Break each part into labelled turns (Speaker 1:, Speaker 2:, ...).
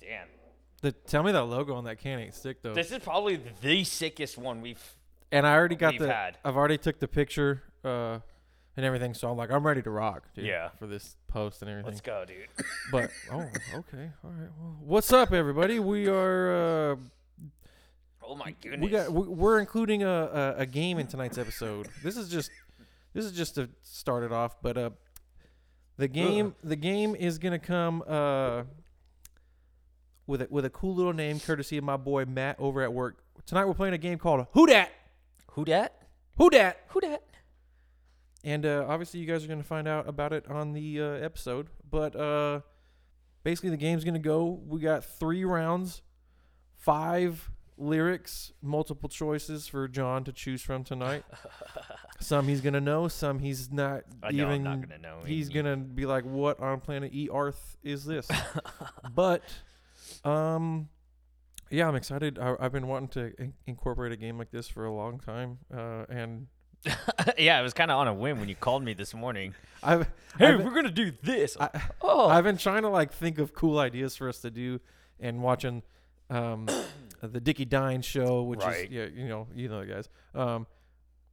Speaker 1: Damn.
Speaker 2: The, tell me that logo on that can ain't sick though.
Speaker 1: This is probably the sickest one we've.
Speaker 2: and I already got
Speaker 1: we've
Speaker 2: the.
Speaker 1: had.
Speaker 2: I've already took the picture uh, and everything, so I'm like, I'm ready to rock, dude.
Speaker 1: Yeah.
Speaker 2: For this post and everything.
Speaker 1: Let's go, dude.
Speaker 2: But oh, okay, all right. Well, what's up, everybody? We are. Uh,
Speaker 1: Oh my goodness.
Speaker 2: we got. we- We're including a, a a game in tonight's episode. This is just. This is just to start it off, but uh, the game the game is gonna come uh. With a, with a cool little name, courtesy of my boy Matt over at work. Tonight we're playing a game called Who Dat.
Speaker 1: Who dat?
Speaker 2: Who Dat.
Speaker 1: Who dat?
Speaker 2: And uh, obviously, you guys are going to find out about it on the uh, episode. But uh, basically, the game's going to go. We got three rounds, five lyrics, multiple choices for John to choose from tonight. some he's going to know, some he's not
Speaker 1: I know I'm
Speaker 2: even.
Speaker 1: not gonna know.
Speaker 2: he's
Speaker 1: any-
Speaker 2: going to be like, what on planet Earth is this? but, um,. Yeah, I'm excited. I, I've been wanting to in- incorporate a game like this for a long time, uh, and
Speaker 1: yeah, it was kind of on a whim when you called me this morning.
Speaker 2: I've
Speaker 1: Hey,
Speaker 2: I've-
Speaker 1: we're gonna do this.
Speaker 2: I-
Speaker 1: oh,
Speaker 2: I've been trying to like think of cool ideas for us to do, and watching um, the Dickie Dine show, which
Speaker 1: Right.
Speaker 2: is yeah, you know, you know, the guys. Um,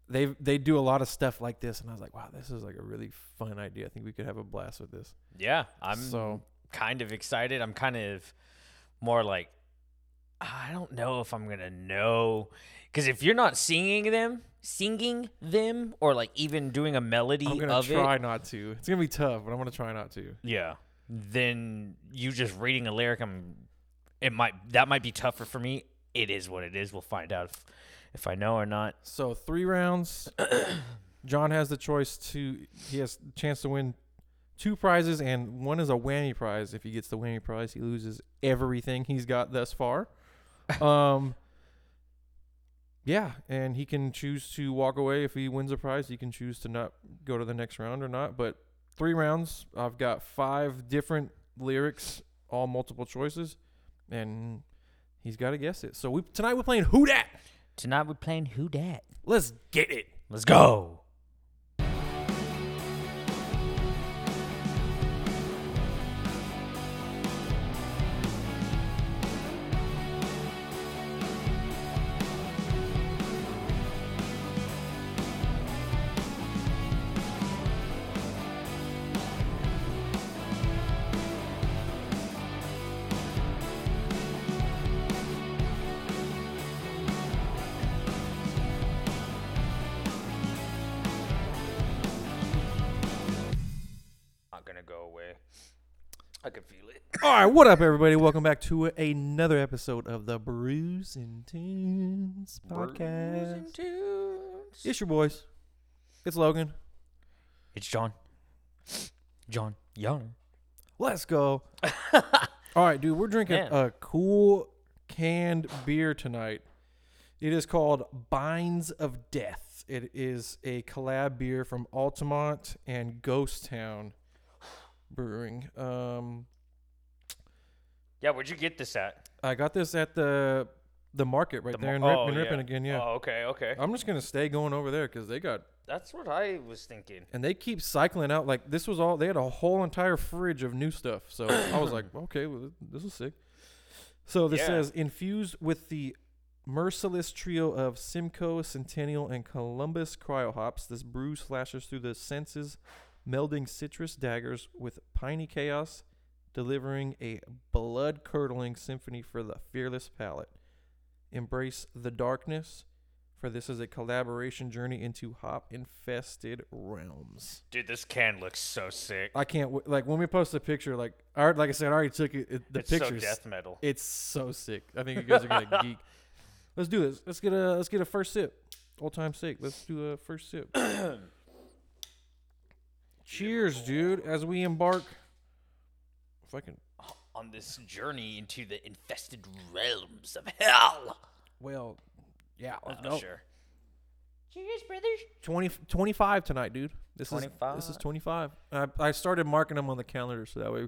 Speaker 2: they they do a lot of stuff like this, and I was like, wow, this is like a really fun idea. I think we could have a blast with this.
Speaker 1: yeah. I'm
Speaker 2: so
Speaker 1: kind of excited. I'm kind of more like I don't know if I'm gonna know because if you're not singing them, singing them, or like even doing a melody
Speaker 2: I'm gonna
Speaker 1: of it,
Speaker 2: try not to. It's gonna be tough, but I'm gonna try not to.
Speaker 1: Yeah. Then you just reading a lyric. I'm. It might that might be tougher for me. It is what it is. We'll find out if, if I know or not.
Speaker 2: So three rounds. John has the choice to he has the chance to win two prizes and one is a whammy prize. If he gets the whammy prize, he loses everything he's got thus far. Um Yeah, and he can choose to walk away if he wins a prize. He can choose to not go to the next round or not. But three rounds. I've got five different lyrics, all multiple choices, and he's got to guess it. So we tonight we're playing Who Dat.
Speaker 1: Tonight we're playing Who Dat.
Speaker 2: Let's get it.
Speaker 1: Let's go. Not gonna go away. I can feel it.
Speaker 2: All right, what up, everybody? Welcome back to another episode of the Brews and Tunes podcast.
Speaker 1: Bruising tunes.
Speaker 2: It's your boys. It's Logan.
Speaker 1: It's John. John Young.
Speaker 2: Let's go. All right, dude, we're drinking
Speaker 1: Man.
Speaker 2: a cool canned beer tonight. It is called Binds of Death. It is a collab beer from Altamont and Ghost Town Brewing. Um,
Speaker 1: Yeah, where'd you get this at?
Speaker 2: I got this at the the market right
Speaker 1: The
Speaker 2: there
Speaker 1: mar- oh,
Speaker 2: in, Rip- in
Speaker 1: yeah.
Speaker 2: Ripon again. Yeah,
Speaker 1: Oh, okay, okay.
Speaker 2: I'm just gonna stay going over there because they got
Speaker 1: That's what I was thinking.
Speaker 2: and they keep cycling out. Like this was all they had a whole entire fridge of new stuff. So I was like, okay, well, this is sick. So this
Speaker 1: Yeah.
Speaker 2: says infused with the merciless trio of Simcoe, Centennial, and Columbus cryo hops. This brew slashes through the senses, melding citrus daggers with piney chaos, delivering a blood curdling symphony for the fearless palate. Embrace the darkness. For this is a collaboration journey into hop infested realms.
Speaker 1: Dude, this can looks so sick.
Speaker 2: I can't w- like when we post the picture. Like, I, already- like I said, I already took it. it the
Speaker 1: it's
Speaker 2: pictures.
Speaker 1: so death metal.
Speaker 2: It's so sick. I think you guys are gonna geek. Let's do this. Let's get a let's get a first sip. Old time sake. Let's do a first sip. Cheers, dude. As we embark, if I can.
Speaker 1: on this journey into the infested realms of hell.
Speaker 2: Well, yeah. Let's
Speaker 1: Oh,
Speaker 2: go.
Speaker 1: sure. Cheers, brothers.
Speaker 2: 20, 25 tonight, dude. This is this is
Speaker 1: 25.
Speaker 2: 25. I, I started marking them on the calendar so that way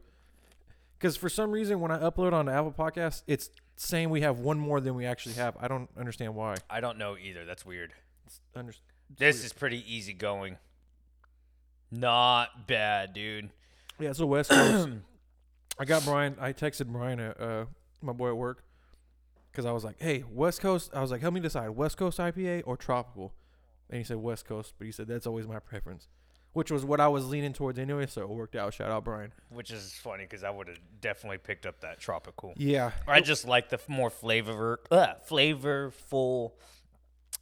Speaker 2: cuz for some reason when I upload on Apple Podcasts, it's saying we have one more than we actually have. I don't understand why.
Speaker 1: I don't know either. That's weird.
Speaker 2: It's under, it's
Speaker 1: This
Speaker 2: weird.
Speaker 1: is pretty easy going. Not bad, dude.
Speaker 2: Yeah, it's a West Coast. I got Brian. I texted Brian, uh, uh, my boy at work, because I was like, "Hey, West Coast." I was like, "Help me decide, West Coast IPA or tropical?" And he said West Coast, but he said that's always my preference, which was what I was leaning towards anyway. So it worked out. Shout out Brian.
Speaker 1: Which is funny because I would have definitely picked up that tropical.
Speaker 2: Yeah,
Speaker 1: I just like the f- more flavor, uh, flavorful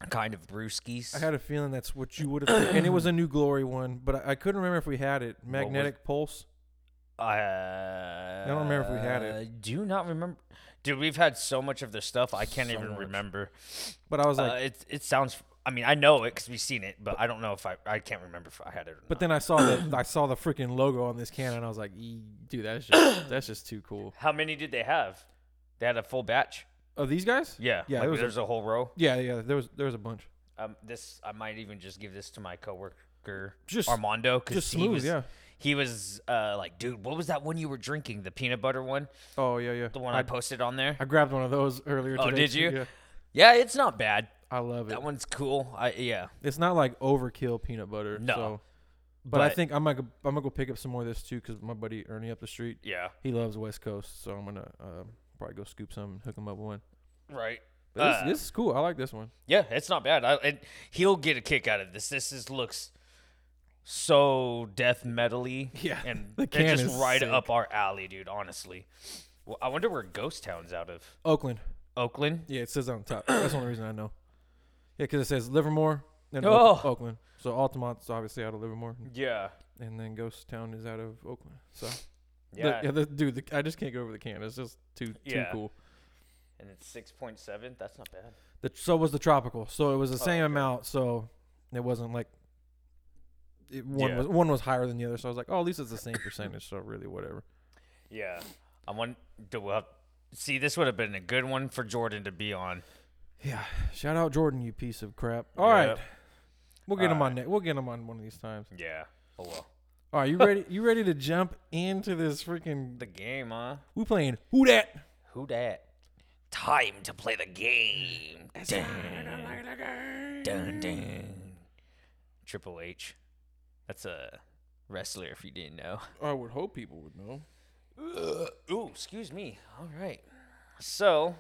Speaker 1: kind of brewskis.
Speaker 2: I had a feeling that's what you would have, and it was a New Glory one, but I, I couldn't remember if we had it.
Speaker 1: was-
Speaker 2: Magnetic Pulse.
Speaker 1: Uh, I
Speaker 2: don't remember if we had it.
Speaker 1: Uh, Do not remember, dude. We've had so much of this stuff. I can't
Speaker 2: So
Speaker 1: even
Speaker 2: much.
Speaker 1: remember.
Speaker 2: But I was like,
Speaker 1: uh, it it sounds. I mean, I know it because we've seen it, but I don't know if I. I can't remember if I had it. Or
Speaker 2: but
Speaker 1: not.
Speaker 2: then I saw the I saw the freaking logo on this can, and I was like, "E- dude, that's just that's just too cool.
Speaker 1: how many did they have? They had a full batch.
Speaker 2: Oh, these guys?
Speaker 1: Yeah,
Speaker 2: Yeah,
Speaker 1: Like,
Speaker 2: it was a-
Speaker 1: there's a, whole row.
Speaker 2: Yeah, yeah. There was there was a bunch.
Speaker 1: Um, this I might even just give this to my coworker
Speaker 2: Just-
Speaker 1: Armando because
Speaker 2: Just
Speaker 1: he
Speaker 2: smooth,
Speaker 1: was
Speaker 2: yeah.
Speaker 1: he was uh like, dude, what was that one you were drinking? The peanut butter one,
Speaker 2: Oh yeah, yeah.
Speaker 1: the one I,
Speaker 2: I,
Speaker 1: posted on there.
Speaker 2: I grabbed one of those earlier.
Speaker 1: Oh,
Speaker 2: today,
Speaker 1: did
Speaker 2: too,
Speaker 1: you?
Speaker 2: Yeah,
Speaker 1: yeah, it's not bad.
Speaker 2: I love it.
Speaker 1: That one's cool. I yeah,
Speaker 2: It's not like overkill peanut butter.
Speaker 1: No,
Speaker 2: so. But, I
Speaker 1: but-
Speaker 2: think I'm gonna go- I'm gonna go pick up some more of this too because my buddy Ernie up the street
Speaker 1: yeah,
Speaker 2: he loves West Coast, so I'm gonna uh, probably go scoop some and hook him up with one.
Speaker 1: right.
Speaker 2: But
Speaker 1: Uh,
Speaker 2: this, this is cool. I like this one.
Speaker 1: Yeah, it's not bad. I, it, he'll get a kick out of this. This is looks so death metally.
Speaker 2: Yeah,
Speaker 1: and
Speaker 2: the
Speaker 1: they're
Speaker 2: can
Speaker 1: just
Speaker 2: is
Speaker 1: right
Speaker 2: sick.
Speaker 1: up our alley, dude. Honestly, well, I wonder where Ghost Town's out of.
Speaker 2: Oakland.
Speaker 1: Oakland.
Speaker 2: Yeah, it says on top. That's the only reason I know. Yeah, because it says Livermore and
Speaker 1: Oh.
Speaker 2: Oak- Oakland. So Altamont's obviously out of Livermore,
Speaker 1: Yeah,
Speaker 2: and then Ghost Town is out of Oakland. So the-
Speaker 1: yeah,
Speaker 2: yeah, the, dude, the, I just can't get over the can. It's just too too
Speaker 1: Yeah.
Speaker 2: cool.
Speaker 1: and it's six point seven. That's not bad.
Speaker 2: The, so was the tropical. So it was the
Speaker 1: Oh,
Speaker 2: same
Speaker 1: okay.
Speaker 2: amount. So it wasn't like it, one
Speaker 1: Yeah.
Speaker 2: was one was higher than the other. So I was like, oh, at least it's the same percentage. So really, whatever.
Speaker 1: Yeah, I want. Do we have, see? This would have been a good one for Jordan to be on.
Speaker 2: Yeah. Shout out Jordan, you piece of crap. All right,
Speaker 1: Yep.
Speaker 2: We'll get him
Speaker 1: All
Speaker 2: on next. We'll get him on one of these times.
Speaker 1: Yeah. Oh well.
Speaker 2: All right, you ready? you ready to jump into this freaking?
Speaker 1: The game, huh?
Speaker 2: We playing who that?
Speaker 1: Who dat? Time to play the game. Dun, dun, dun. Triple H. That's a wrestler if you didn't know.
Speaker 2: I would hope people would know.
Speaker 1: Ooh, excuse me. All right. So,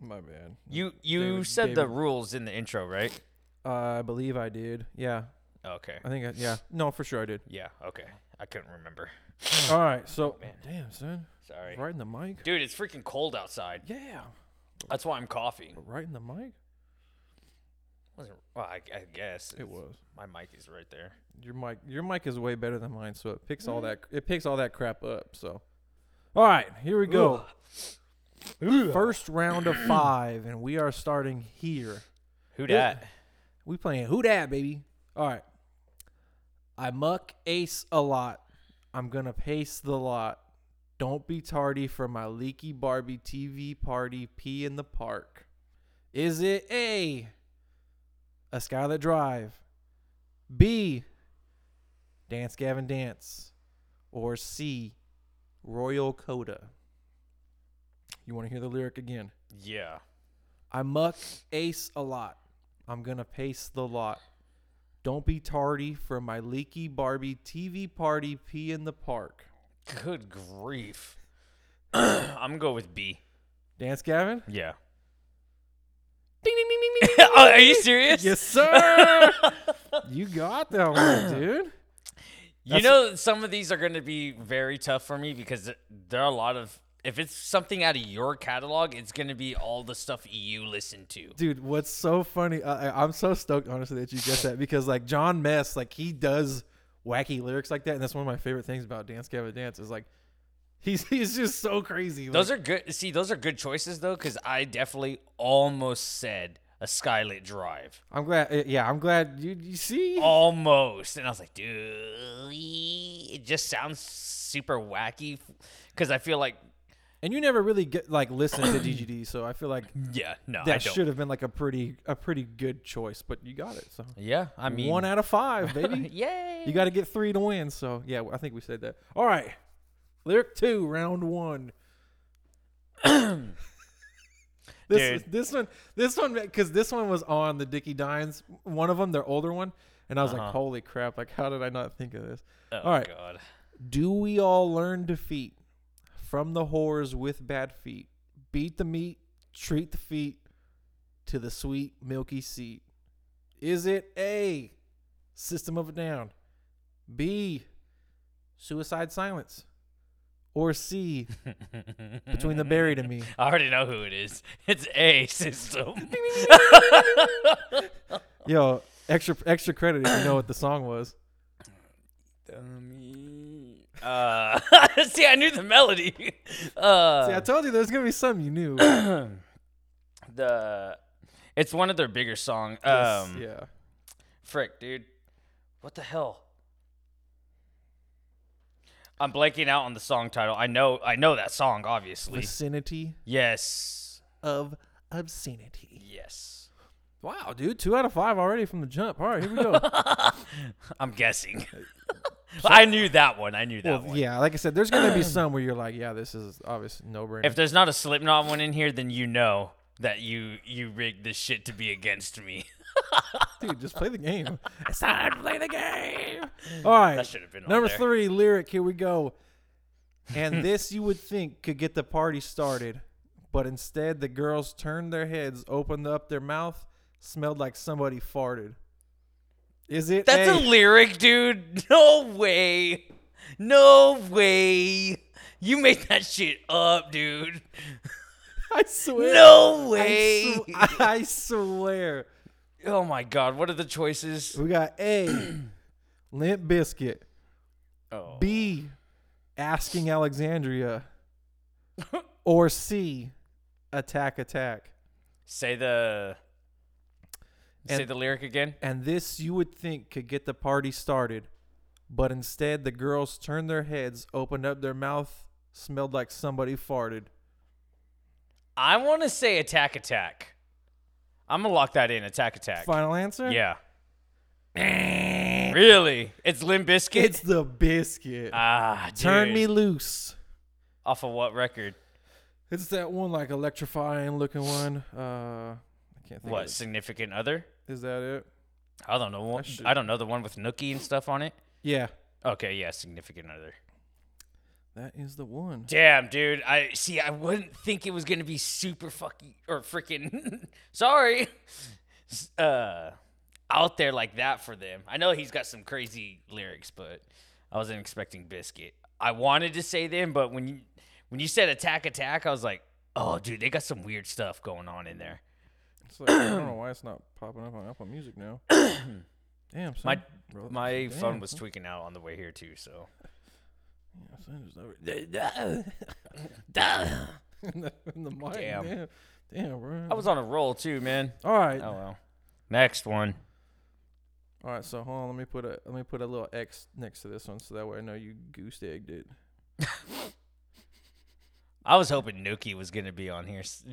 Speaker 2: My bad.
Speaker 1: you you
Speaker 2: David-
Speaker 1: said the
Speaker 2: David.
Speaker 1: rules in the intro, right?
Speaker 2: Uh, I believe I did. Yeah,
Speaker 1: Okay.
Speaker 2: I think. I, yeah, no, for sure I did.
Speaker 1: Yeah, okay. I couldn't remember.
Speaker 2: All right, so
Speaker 1: Oh, man.
Speaker 2: damn son,
Speaker 1: Sorry.
Speaker 2: right in the mic.
Speaker 1: Dude, it's freaking cold outside.
Speaker 2: Yeah,
Speaker 1: That's why I'm coughing.
Speaker 2: right in the mic.
Speaker 1: Wasn't well, I, I guess
Speaker 2: It was
Speaker 1: My mic is right there.
Speaker 2: your mic. Your mic is way better than mine, so it picks all that. It picks all that crap up. So, all right, here we go. First round of five, and we are starting here.
Speaker 1: Who
Speaker 2: Yeah.
Speaker 1: dat?
Speaker 2: We playing who dat, baby. All right. I muck ace a lot. I'm gonna pace the lot. Don't be tardy for my leaky Barbie TV party. Pee in the park. Is it A? A Skylet Drive. B. Dance Gavin Dance. Or C. Royal Coda. You want to hear the lyric again?
Speaker 1: Yeah.
Speaker 2: I muck ace a lot. I'm gonna pace the lot. Don't be tardy for my leaky Barbie TV party pee in the park.
Speaker 1: Good grief. I'm gonna go with B.
Speaker 2: Dance Gavin?
Speaker 1: Yeah.
Speaker 2: Ding ding ding ding ding.
Speaker 1: oh, are you serious?
Speaker 2: yes, sir. you got that one, dude.
Speaker 1: You know, some of these are gonna be very tough for me because th- there are a lot of. If it's something out of your catalog, it's gonna be all the stuff you listen to.
Speaker 2: Dude, what's so funny? I, I- I'm so stoked, honestly, that you guessed that because like John Mess, like he does wacky lyrics like that, and that's one of my favorite things about Dance Gavin Dance is like he's he's just so crazy.
Speaker 1: Those
Speaker 2: like,
Speaker 1: are good. See, those are good choices though, because I definitely almost said a Skylit Drive,
Speaker 2: I'm glad. eh, Yeah, I'm glad you you see.
Speaker 1: almost, and I was like, dude, it just sounds super wacky, because I feel like,
Speaker 2: And you never really get like listen to DGD, so I feel like
Speaker 1: yeah, no, I
Speaker 2: that
Speaker 1: don't.
Speaker 2: should have been like a pretty a pretty good choice, but you got it. So
Speaker 1: Yeah, I mean,
Speaker 2: one out of five, baby.
Speaker 1: Yay!
Speaker 2: you got to get three to win. So yeah, I think we said that. All right, lyric two, round one. this
Speaker 1: Dude.
Speaker 2: this one this one because this one was on the Dickie Dines one of them, their older one, and I was
Speaker 1: Uh-huh.
Speaker 2: like, holy crap! Like, how did I not think of this?
Speaker 1: Oh,
Speaker 2: all right.
Speaker 1: God.
Speaker 2: Do we all learn defeat? from the whores with bad feet. Beat the meat, treat the feet to the sweet milky seat. Is it A, System of a Down, B, Suicide Silence, or C, Between the Buried and Me?
Speaker 1: I already know who it is. It's A system.
Speaker 2: Yo, extra extra credit if you know what the song was.
Speaker 1: uh, see, I knew the melody. Uh,
Speaker 2: See, I told you there's gonna be something you knew.
Speaker 1: the it's one of their bigger songs. um,
Speaker 2: yeah.
Speaker 1: frick, dude, what the hell? I'm blanking out on the song title. I know, I know that song, obviously.
Speaker 2: Vicinity
Speaker 1: Yes,
Speaker 2: of obscenity.
Speaker 1: yes.
Speaker 2: Wow, dude, two out of five already from the jump. All right, here we go.
Speaker 1: Oh, I'm guessing. I knew that one. I knew that
Speaker 2: Well,
Speaker 1: one.
Speaker 2: yeah, like I said, there's gonna be some where you're like, yeah, this is obvious no brainer.
Speaker 1: If there's not a Slipknot one in here, then you know that you you rigged this shit to be against me.
Speaker 2: Dude, just play the game. it's time to play the game. All right,
Speaker 1: That should have been on
Speaker 2: number
Speaker 1: there.
Speaker 2: three lyric. Here we go. And this you would think could get the party started, but instead the girls turned their heads, opened up their mouth, smelled like somebody farted. Is it
Speaker 1: That's
Speaker 2: A,
Speaker 1: a lyric, dude. No way. No way. You made that shit up, dude.
Speaker 2: I swear.
Speaker 1: No way.
Speaker 2: I, sw- I swear.
Speaker 1: oh my god, what are the choices?
Speaker 2: We got A, Limp Biscuit.
Speaker 1: Oh.
Speaker 2: B, Asking Alexandria. or C, Attack Attack.
Speaker 1: Say the say
Speaker 2: And-
Speaker 1: the lyric again.
Speaker 2: And this you would think could get the party started, but instead the girls turned their heads, opened up their mouth, smelled like somebody farted.
Speaker 1: I want to say attack attack. I'm going to lock that in attack attack.
Speaker 2: Final answer?
Speaker 1: Yeah. really? It's Limp Bizkit?
Speaker 2: It's the biscuit.
Speaker 1: ah, dude.
Speaker 2: Turn me loose.
Speaker 1: off of what record?
Speaker 2: It's that one like electrifying looking one. Uh I can't think
Speaker 1: What
Speaker 2: of
Speaker 1: significant other?
Speaker 2: it. Is that it?
Speaker 1: I don't know. one-
Speaker 2: should-
Speaker 1: I don't know the one with Nookie and stuff on it.
Speaker 2: Yeah.
Speaker 1: Okay, yeah, significant other.
Speaker 2: That is the one.
Speaker 1: Damn, dude. I see. I wouldn't think it was gonna be super fucking or freaking. sorry, s- uh, out there like that for them. I know he's got some crazy lyrics, but I wasn't expecting Biscuit. I wanted to say them, but when you when you said Attack Attack, I was like, oh, dude, they got some weird stuff going on in there.
Speaker 2: It's like, I don't know why it's not popping up on Apple Music now. Damn, son.
Speaker 1: My-
Speaker 2: Bro,
Speaker 1: My
Speaker 2: damn,
Speaker 1: phone was
Speaker 2: son.
Speaker 1: tweaking out on the way here too, so.
Speaker 2: Yeah, son, it's not-
Speaker 1: Duh.
Speaker 2: in the, in the mic.
Speaker 1: Damn.
Speaker 2: Damn, damn bro.
Speaker 1: I was on a roll too, man.
Speaker 2: all right.
Speaker 1: Oh well. Next one.
Speaker 2: All right. So hold on. Let me put a let me put a little X next to this one, so that way I know you goose egged it.
Speaker 1: I was hoping Nuki was gonna be on here, s-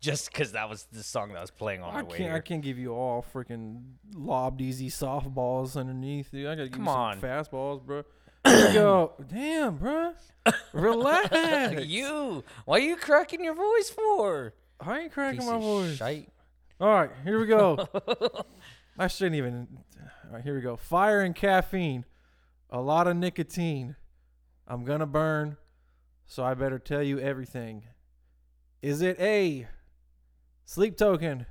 Speaker 1: just because that was the song that was playing on
Speaker 2: I
Speaker 1: the way
Speaker 2: can't. I
Speaker 1: here.
Speaker 2: can't give you all freaking lobbed easy softballs underneath. Dude. I gotta give
Speaker 1: Come
Speaker 2: you some
Speaker 1: on.
Speaker 2: fastballs, bro. Here we go. Damn, bro. Relax.
Speaker 1: you, why are you cracking your voice for?
Speaker 2: I ain't cracking
Speaker 1: Piece
Speaker 2: my
Speaker 1: of
Speaker 2: voice.
Speaker 1: shite.
Speaker 2: All right, here we go. I shouldn't even. All right, here we go. Fire and caffeine, a lot of nicotine. I'm gonna burn, so I better tell you everything. Is it A, sleep token,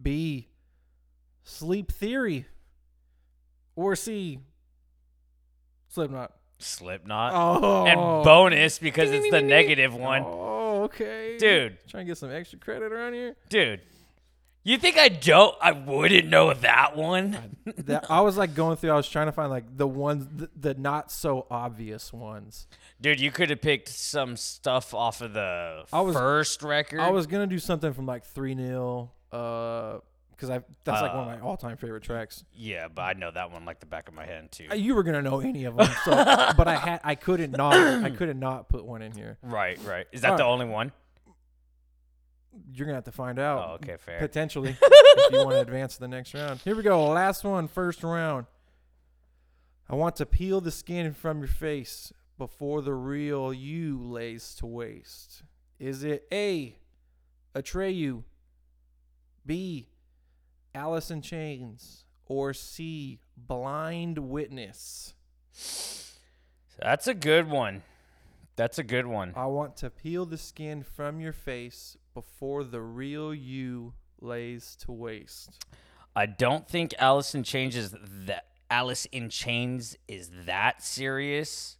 Speaker 2: B, sleep theory, or C, Slipknot?
Speaker 1: Slipknot
Speaker 2: Oh,
Speaker 1: Uh, and bonus because it's the negative one,
Speaker 2: Oh, okay,
Speaker 1: dude,
Speaker 2: Trying to get some extra credit around here.
Speaker 1: dude. You think I don't? I wouldn't know that one.
Speaker 2: that I was like going through. I was trying to find like the ones, the, the not so obvious ones.
Speaker 1: Dude, you could have picked some stuff off of the
Speaker 2: I was-
Speaker 1: first record.
Speaker 2: I was gonna do something from like three 0 uh, because I that's like one of my all time favorite tracks.
Speaker 1: yeah, but I know that one like the back of my hand too.
Speaker 2: Uh, You were gonna know any of them, so but I had I couldn't not I couldn't not put one in here.
Speaker 1: right, right. Is that
Speaker 2: All
Speaker 1: the
Speaker 2: right.
Speaker 1: only one?
Speaker 2: You're gonna have to find out.
Speaker 1: Oh, okay, fair.
Speaker 2: Potentially, if you want to advance to the next round. Here we go. Last one, first round. I want to peel the skin from your face before the real you lays to waste. Is it A, Atreyu, B, Alice in Chains, or C, Blind Witness?
Speaker 1: That's a good one. That's a good one.
Speaker 2: I want to peel the skin from your face before the real you lays to waste.
Speaker 1: I don't think Alice in Chains is that Alice in Chains is that serious.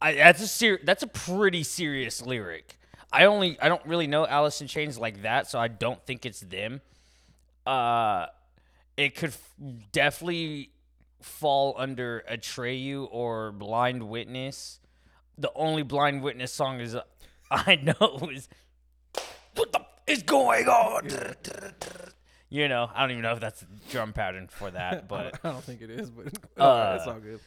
Speaker 1: I that's a ser- that's a pretty serious lyric. I only I don't really know Alice in Chains like that, so I don't think it's them. Uh, it could f- definitely fall under Atreyu or Blind Witness. The only Blind Witness song is I know is what the f- is going on. You know, I don't even know if that's the drum pattern for that,
Speaker 2: I
Speaker 1: but
Speaker 2: don't- I don't think it is, but it's
Speaker 1: Uh,
Speaker 2: it's all good.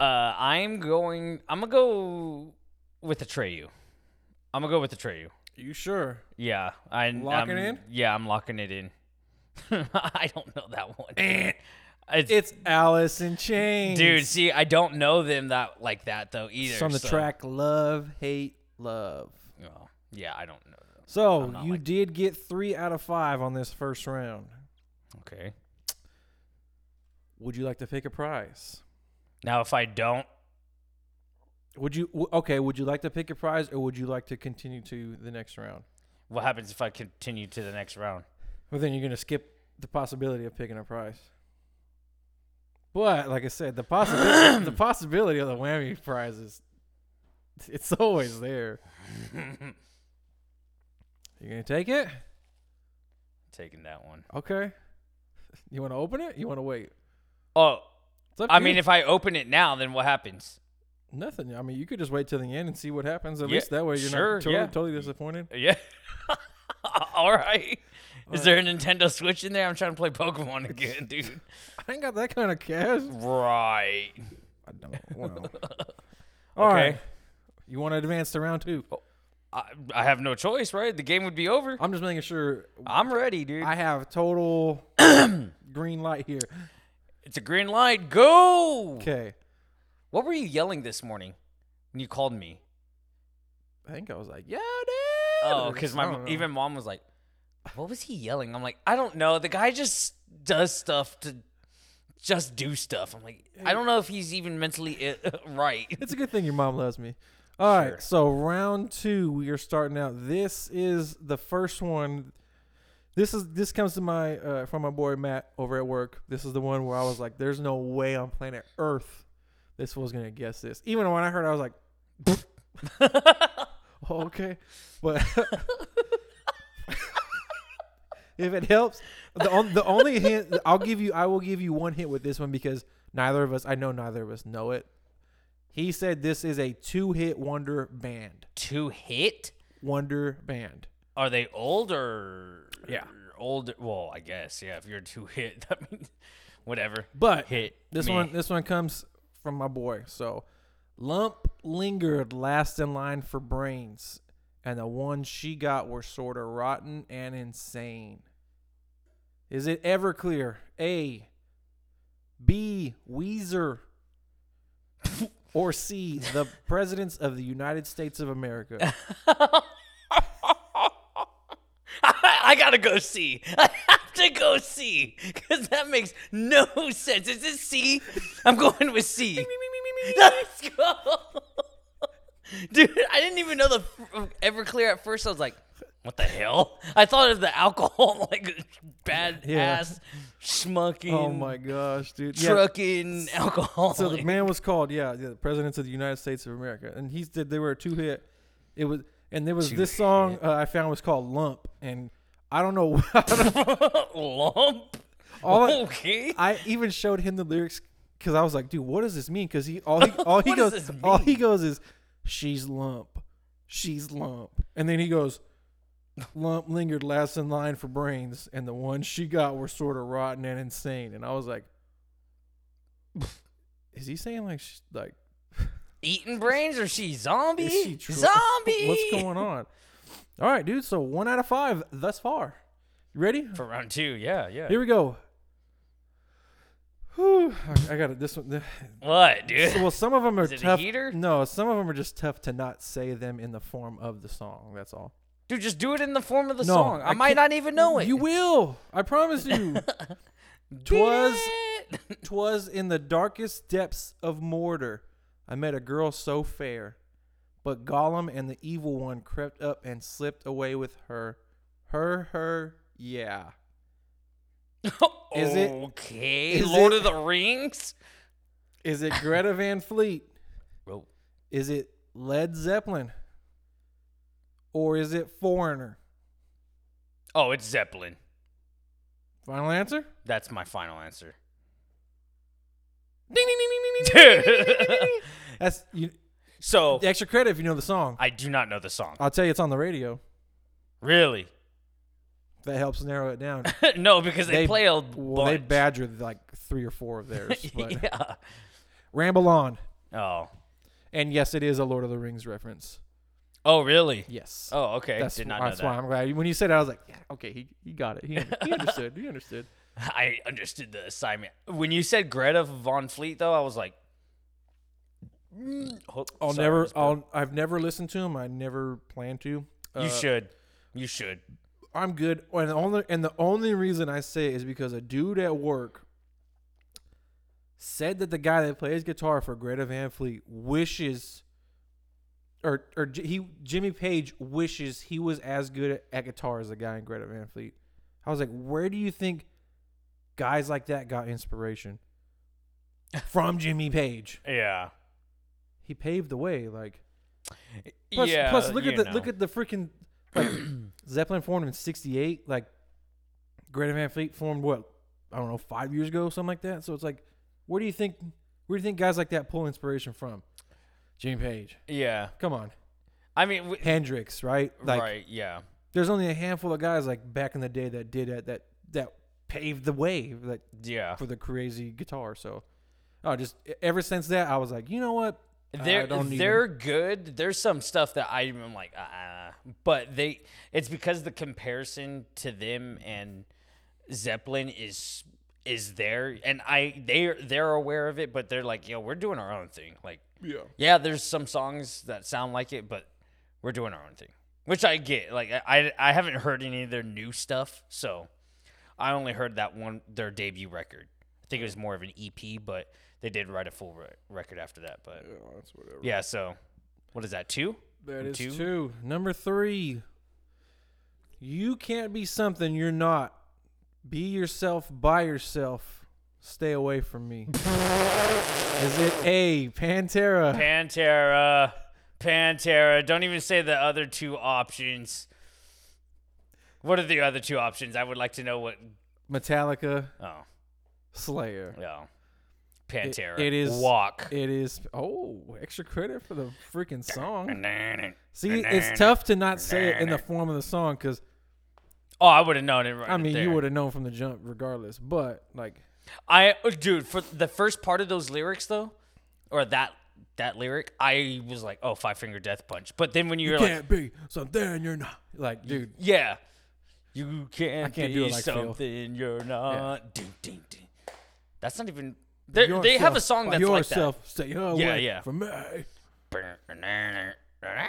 Speaker 1: uh, I'm going. I'm gonna go with Atreyu. I'm gonna go with Atreyu.
Speaker 2: You sure?
Speaker 1: Yeah, I
Speaker 2: Lock it
Speaker 1: I'm-
Speaker 2: in?
Speaker 1: Yeah, I'm locking it in. I don't know that one.
Speaker 2: Eh.
Speaker 1: it's,
Speaker 2: It's Alice in Chains.
Speaker 1: dude. See, I don't know them that like that though either.
Speaker 2: It's from the
Speaker 1: so-
Speaker 2: track Love, Hate, Love.
Speaker 1: Oh, yeah, I don't know. them.
Speaker 2: So
Speaker 1: not
Speaker 2: you
Speaker 1: like-
Speaker 2: did get three out of five on this first round.
Speaker 1: Okay.
Speaker 2: Would you like to pick a prize?
Speaker 1: Now, if I don't,
Speaker 2: Would you w- okay? Would you like to pick a prize, or would you like to continue to the next round?
Speaker 1: what happens if I continue to the next round?
Speaker 2: Well, then you're gonna skip the possibility of picking a prize. But like I said, the possibility the possibility of the whammy prize is it's always there. You're gonna take it?
Speaker 1: Taking that one.
Speaker 2: Okay. You want to open it? You want to wait?
Speaker 1: Oh,
Speaker 2: It's up to
Speaker 1: I
Speaker 2: you.
Speaker 1: mean, if I open it now, then what happens?
Speaker 2: nothing. I mean, you could just wait till the end and see what happens. At
Speaker 1: Yeah,
Speaker 2: least that way you're
Speaker 1: sure,
Speaker 2: not totally,
Speaker 1: yeah.
Speaker 2: totally disappointed.
Speaker 1: Yeah. All right. Is there a Nintendo Switch in there? I'm trying to play Pokemon again, dude.
Speaker 2: I ain't got that kind of cash.
Speaker 1: right.
Speaker 2: I don't. Well.
Speaker 1: Okay.
Speaker 2: All right. You want to advance to round two?
Speaker 1: I, I have no choice, right? The game would be over.
Speaker 2: I'm just making sure
Speaker 1: I'm ready, dude.
Speaker 2: I have total green light here.
Speaker 1: it's a green light. Go.
Speaker 2: Okay.
Speaker 1: What were you yelling this morning when you called me?
Speaker 2: I think I was like, yeah, dude.
Speaker 1: Oh,
Speaker 2: or
Speaker 1: because my
Speaker 2: something.
Speaker 1: even mom was like, "What was he yelling?" I'm like, "I don't know. The guy just does stuff to just do stuff." I'm like, "I don't know if he's even mentally uh, right."
Speaker 2: It's a good thing your mom loves me. All right,
Speaker 1: Sure.
Speaker 2: so round two, we are starting out. This is the first one. This is this comes to my uh, from my boy Matt over at work. This is the one where I was like, "There's no way on planet Earth this was gonna guess this." Even when I heard, it, I was like, "Okay," but if it helps, the on, the only hint I'll give you, I will give you one hint with this one because neither of us, I know neither of us know it. He said this is a two-hit wonder band.
Speaker 1: Two hit?
Speaker 2: Wonder band.
Speaker 1: Are they old or
Speaker 2: Yeah.
Speaker 1: old? Well, I guess yeah. If you're two hit, that means whatever.
Speaker 2: But
Speaker 1: Hit
Speaker 2: this
Speaker 1: me.
Speaker 2: one this one comes from my boy. So Lump lingered last in line for brains, and the ones she got were sort of rotten and insane. Is it Everclear? A. B. Weezer. Or C. The presidents of the United States of America.
Speaker 1: I gotta go see. I have to go see because that makes no sense. Is it C? I'm going with C. Let's go, dude. I didn't even know the f- Everclear at first. I was like, "What the hell?" I thought of the alcohol, like bad
Speaker 2: Yeah.
Speaker 1: ass schmucking,
Speaker 2: Oh my gosh, dude! Yeah,
Speaker 1: trucking alcohol.
Speaker 2: So the man was called, yeah, yeah, the presidents of the United States of America, and he did. They were a two hit. It was, and there was this song uh, I found was called "Lump," and I don't know. I, don't-
Speaker 1: lump.
Speaker 2: all I-
Speaker 1: okay.
Speaker 2: I even showed him the lyrics because I was like, "Dude, what does this mean?" Because he all he all he
Speaker 1: What does
Speaker 2: goes
Speaker 1: this
Speaker 2: all he
Speaker 1: mean?
Speaker 2: goes is, "She's lump, she's lump," and then he goes, "Lump lingered last in line for brains, and the ones she got were sort of rotten and insane." And I was like, "Is he saying like sh- like?"
Speaker 1: Eating brains or she zombie?
Speaker 2: Is she tr-
Speaker 1: zombie.
Speaker 2: What's going on? All right, dude. So one out of five thus far. You ready?
Speaker 1: for round two? Yeah, yeah.
Speaker 2: Here we go. Whew, I- I got it. This one.
Speaker 1: what, dude?
Speaker 2: So, well, some of them are
Speaker 1: Is it a
Speaker 2: tough.
Speaker 1: heater?
Speaker 2: No, some of them are just tough to not say them in the form of the song. That's all.
Speaker 1: Dude, just do it in the form of the
Speaker 2: No,
Speaker 1: song. I,
Speaker 2: I
Speaker 1: might
Speaker 2: can't-
Speaker 1: not even know it.
Speaker 2: You will. I promise you.
Speaker 1: Beat
Speaker 2: Twas
Speaker 1: it.
Speaker 2: Twas in the darkest depths of mortar I met a girl so fair, but Gollum and the evil one crept up and slipped away with her. Her, her, yeah. Is it-
Speaker 1: okay,
Speaker 2: is
Speaker 1: Lord
Speaker 2: it-
Speaker 1: of the Rings.
Speaker 2: Is it Greta Van Fleet?
Speaker 1: Well,
Speaker 2: Is it Led Zeppelin? Or is it Foreigner?
Speaker 1: oh, it's Zeppelin.
Speaker 2: Final answer?
Speaker 1: That's my final answer.
Speaker 2: Ding, ding, ding, ding, ding, ding. That's you,
Speaker 1: so
Speaker 2: the extra credit if you know the song.
Speaker 1: I do not know the song.
Speaker 2: I'll tell you, it's on the radio.
Speaker 1: Really?
Speaker 2: That helps narrow it down.
Speaker 1: no, because they, play a
Speaker 2: well, they
Speaker 1: bunch.
Speaker 2: badger like three or four of theirs. But
Speaker 1: yeah.
Speaker 2: ramble on.
Speaker 1: Oh.
Speaker 2: And yes, it is a Lord of the Rings reference.
Speaker 1: Oh, really?
Speaker 2: Yes.
Speaker 1: Oh, okay.
Speaker 2: that's
Speaker 1: Did not
Speaker 2: that's why
Speaker 1: know
Speaker 2: I'm glad when you said it. I was like, yeah, okay, he, he got it. He, he understood. He understood.
Speaker 1: that. I understood the assignment. When you said Greta Von Fleet, though, I was like, mm, hold-
Speaker 2: I'll
Speaker 1: sorry,
Speaker 2: never.
Speaker 1: just-
Speaker 2: I'll. I've never listened to him. I never plan to. Uh,
Speaker 1: you should. You should.
Speaker 2: I'm good. And the only and the only reason I say it is because a dude at work said that the guy that plays guitar for Greta Van Fleet wishes or or J- he Jimmy Page wishes he was as good at, at guitar as the guy in Greta Van Fleet. I was like, where do you think guys like that got inspiration? From Jimmy Page.
Speaker 1: Yeah.
Speaker 2: He paved the way, like Plus,
Speaker 1: yeah.
Speaker 2: plus look at
Speaker 1: you
Speaker 2: the look
Speaker 1: know.
Speaker 2: at the freaking like Zeppelin formed in '68. Like Greta Van Fleet formed what I don't know five years ago, something like that. So it's like, where do you think where do you think guys like that pull inspiration from? Jimmy Page,
Speaker 1: Yeah.
Speaker 2: come on,
Speaker 1: I mean, w-
Speaker 2: Hendrix, right? Like,
Speaker 1: right. Yeah.
Speaker 2: there's only a handful of guys like back in the day that did that that that paved the way like
Speaker 1: Yeah.
Speaker 2: for the crazy guitar. So, oh, just ever since that, I was like, you know what? I
Speaker 1: They're
Speaker 2: don't even-
Speaker 1: they're good. There's some stuff that I am like, uh, but they it's because the comparison to them and Zeppelin is is there, and I they they're aware of it, but they're like, yo, we're doing our own thing. Like,
Speaker 2: yeah.
Speaker 1: yeah, there's some songs that sound like it, but we're doing our own thing, which I get. Like, I I I haven't heard any of their new stuff, so I only heard that one their debut record. I think it was more of an EP, but they did write a full re- record after that, but.
Speaker 2: Yeah, that's whatever.
Speaker 1: Yeah, so what is that? Two?
Speaker 2: That
Speaker 1: And
Speaker 2: is
Speaker 1: two?
Speaker 2: two. Number three. You can't be something you're not. Be yourself by yourself. Stay away from me. is it A, Pantera?
Speaker 1: Pantera. Pantera. Don't even say the other two options. What are the other two options? I would like to know what
Speaker 2: Metallica,
Speaker 1: Oh,
Speaker 2: Slayer.
Speaker 1: yeah. Pantera.
Speaker 2: it is-
Speaker 1: walk.
Speaker 2: It is. Oh, extra credit for the freaking song.
Speaker 1: oh,
Speaker 2: See, it's tough to not say it in the form of the song because,
Speaker 1: Oh, I would have known it right.
Speaker 2: I mean,
Speaker 1: there.
Speaker 2: you would have known from the jump regardless. But, like,
Speaker 1: I oh, dude, for the first part of those lyrics though, or that that lyric, I was like, oh, five finger death punch. But then when you're
Speaker 2: you
Speaker 1: like
Speaker 2: can't be something you're not. Like, dude,
Speaker 1: Yeah. You can't,
Speaker 2: can't
Speaker 1: be
Speaker 2: do it like Phil.
Speaker 1: something you're not. Ding, ding, ding. That's not even. They they
Speaker 2: yourself
Speaker 1: have a song
Speaker 2: by
Speaker 1: that's
Speaker 2: yourself. Stay away
Speaker 1: Yeah, yeah.
Speaker 2: from me.
Speaker 1: like that.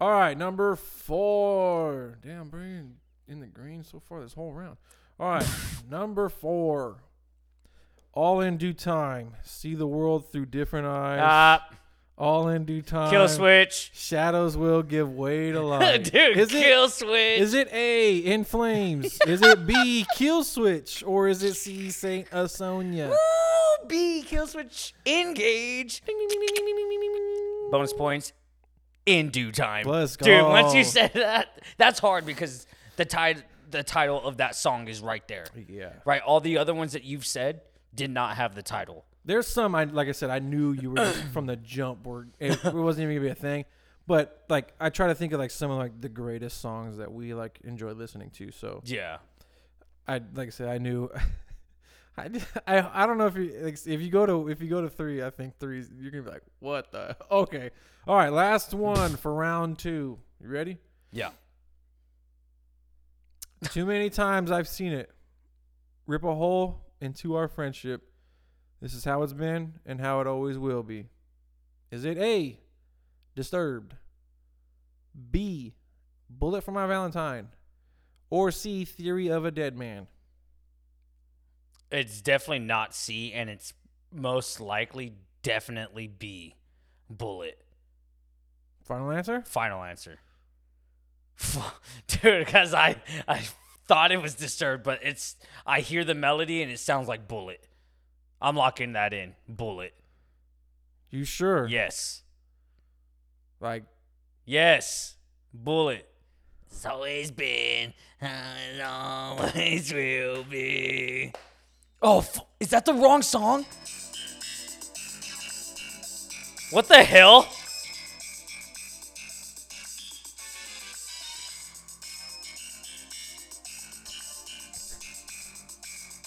Speaker 2: All right, number four. Damn, Brian, in the green so far this whole round. All right, number four. All in due time. See the world through different eyes.
Speaker 1: Stop.
Speaker 2: All in due time.
Speaker 1: Ah. Uh, Kill switch.
Speaker 2: Shadows will give way to light.
Speaker 1: Dude,
Speaker 2: is it
Speaker 1: kill switch.
Speaker 2: is it A in flames? is it B kill switch or is it C Saint Asonia?
Speaker 1: Ooh, B, kill switch. Engage. Bonus points in due time.
Speaker 2: Let's
Speaker 1: Dude, once you
Speaker 2: go.
Speaker 1: said that, that's hard because the, tit- the title of that song is right there.
Speaker 2: Yeah.
Speaker 1: Right? All the other ones that you've said did not have the title.
Speaker 2: There's some I like I said I knew you were just from the jump where it, it wasn't even gonna be a thing, but like I try to think of like some of like the greatest songs that we like enjoy listening to. So
Speaker 1: Yeah.
Speaker 2: I like I said I knew. I, d- I, I don't know if you like, if you go to if you go to three I think three is- you're gonna be like what the okay all right last one for round two you ready
Speaker 1: Yeah.
Speaker 2: too many times I've seen it rip a hole into our friendship this is how it's been and how it always will be Is it A, disturbed? B, bullet for my Valentine? Or C, theory of a dead man?
Speaker 1: It's definitely not C, and it's most likely definitely B. Bullet.
Speaker 2: Final answer?
Speaker 1: Final answer. Dude, because I I thought it was disturbed, but it's I hear the melody and it sounds like bullet. I'm locking that in. Bullet.
Speaker 2: You sure?
Speaker 1: Yes.
Speaker 2: Like
Speaker 1: Yes. Bullet. It's always been. and It always will be. Oh, f- is that the wrong song? What the hell?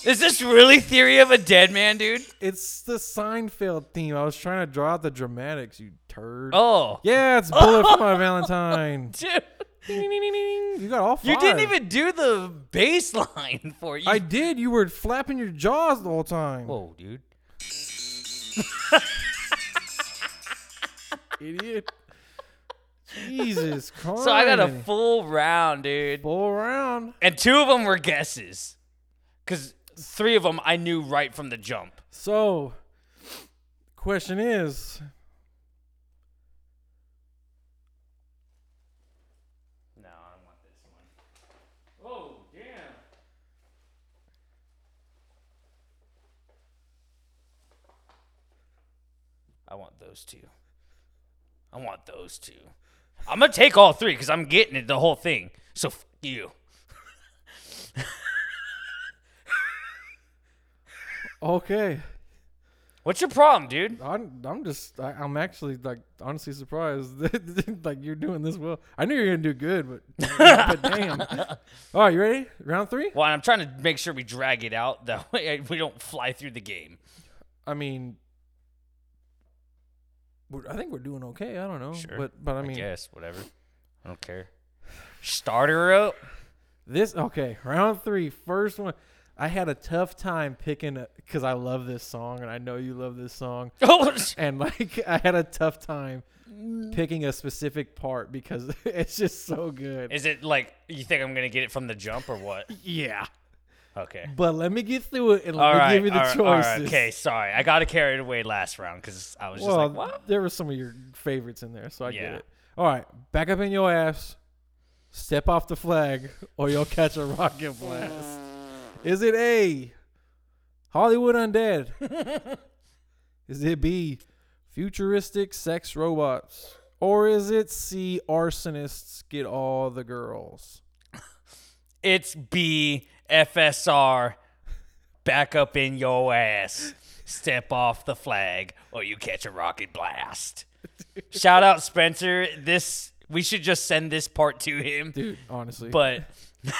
Speaker 1: Is this really Theory of a Dead Man, dude?
Speaker 2: it's the Seinfeld theme. I was trying to draw out the dramatics, you turd.
Speaker 1: Oh.
Speaker 2: Yeah, it's Bullet for My Valentine.
Speaker 1: Dude,
Speaker 2: Ding, ding, ding, ding, ding. You got all five.
Speaker 1: you didn't even do the bass line for it. you.
Speaker 2: I did. You were flapping your jaws the whole time.
Speaker 1: Whoa, dude.
Speaker 2: Idiot. Jesus Christ.
Speaker 1: So I got a full round, dude.
Speaker 2: full round.
Speaker 1: And two of them were guesses. Because three of them I knew right from the jump.
Speaker 2: So, question is,
Speaker 1: No, I don't want this one. Oh, damn. I want those two. I want those two. I'm going to take all three because I'm getting it, the whole thing. So f you.
Speaker 2: okay.
Speaker 1: What's your problem, dude?
Speaker 2: I'm, I'm just, I, I'm actually like honestly surprised that like you're doing this well. I knew you were gonna do good, but, but damn. All right, you ready? Round three.
Speaker 1: Well, I'm trying to make sure we drag it out. That way we don't fly through the game.
Speaker 2: I mean, we're, I think we're doing okay. I don't know,
Speaker 1: Sure,
Speaker 2: but but I mean
Speaker 1: guess whatever. I don't care. Starter up.
Speaker 2: this. Okay, round three, first one. I had a tough time picking because I love this song and I know you love this song.
Speaker 1: Oh,
Speaker 2: and like I had a tough time
Speaker 1: Mm.
Speaker 2: picking a specific part because it's just so good.
Speaker 1: is it like you think I'm gonna get it from the jump or what?
Speaker 2: yeah,
Speaker 1: Okay.
Speaker 2: but let me get through it and
Speaker 1: All
Speaker 2: let me
Speaker 1: right.
Speaker 2: give you the
Speaker 1: all right, all right,
Speaker 2: choices.
Speaker 1: okay. Sorry, I got to carry it away last round because I was just
Speaker 2: Well,
Speaker 1: like, what?
Speaker 2: there were some of your favorites in there, so I get
Speaker 1: Yeah.
Speaker 2: it. All right, back up in your ass, step off the flag, or you'll catch a rocket blast. Is it A, Hollywood Undead? is it B, futuristic sex robots? Or is it C, arsonists get all the girls?
Speaker 1: It's B FSR. Back up in your ass. Step off the flag, or you catch a rocket blast. Shout out Spencer. This we should just send this part to him.
Speaker 2: Dude, honestly.
Speaker 1: But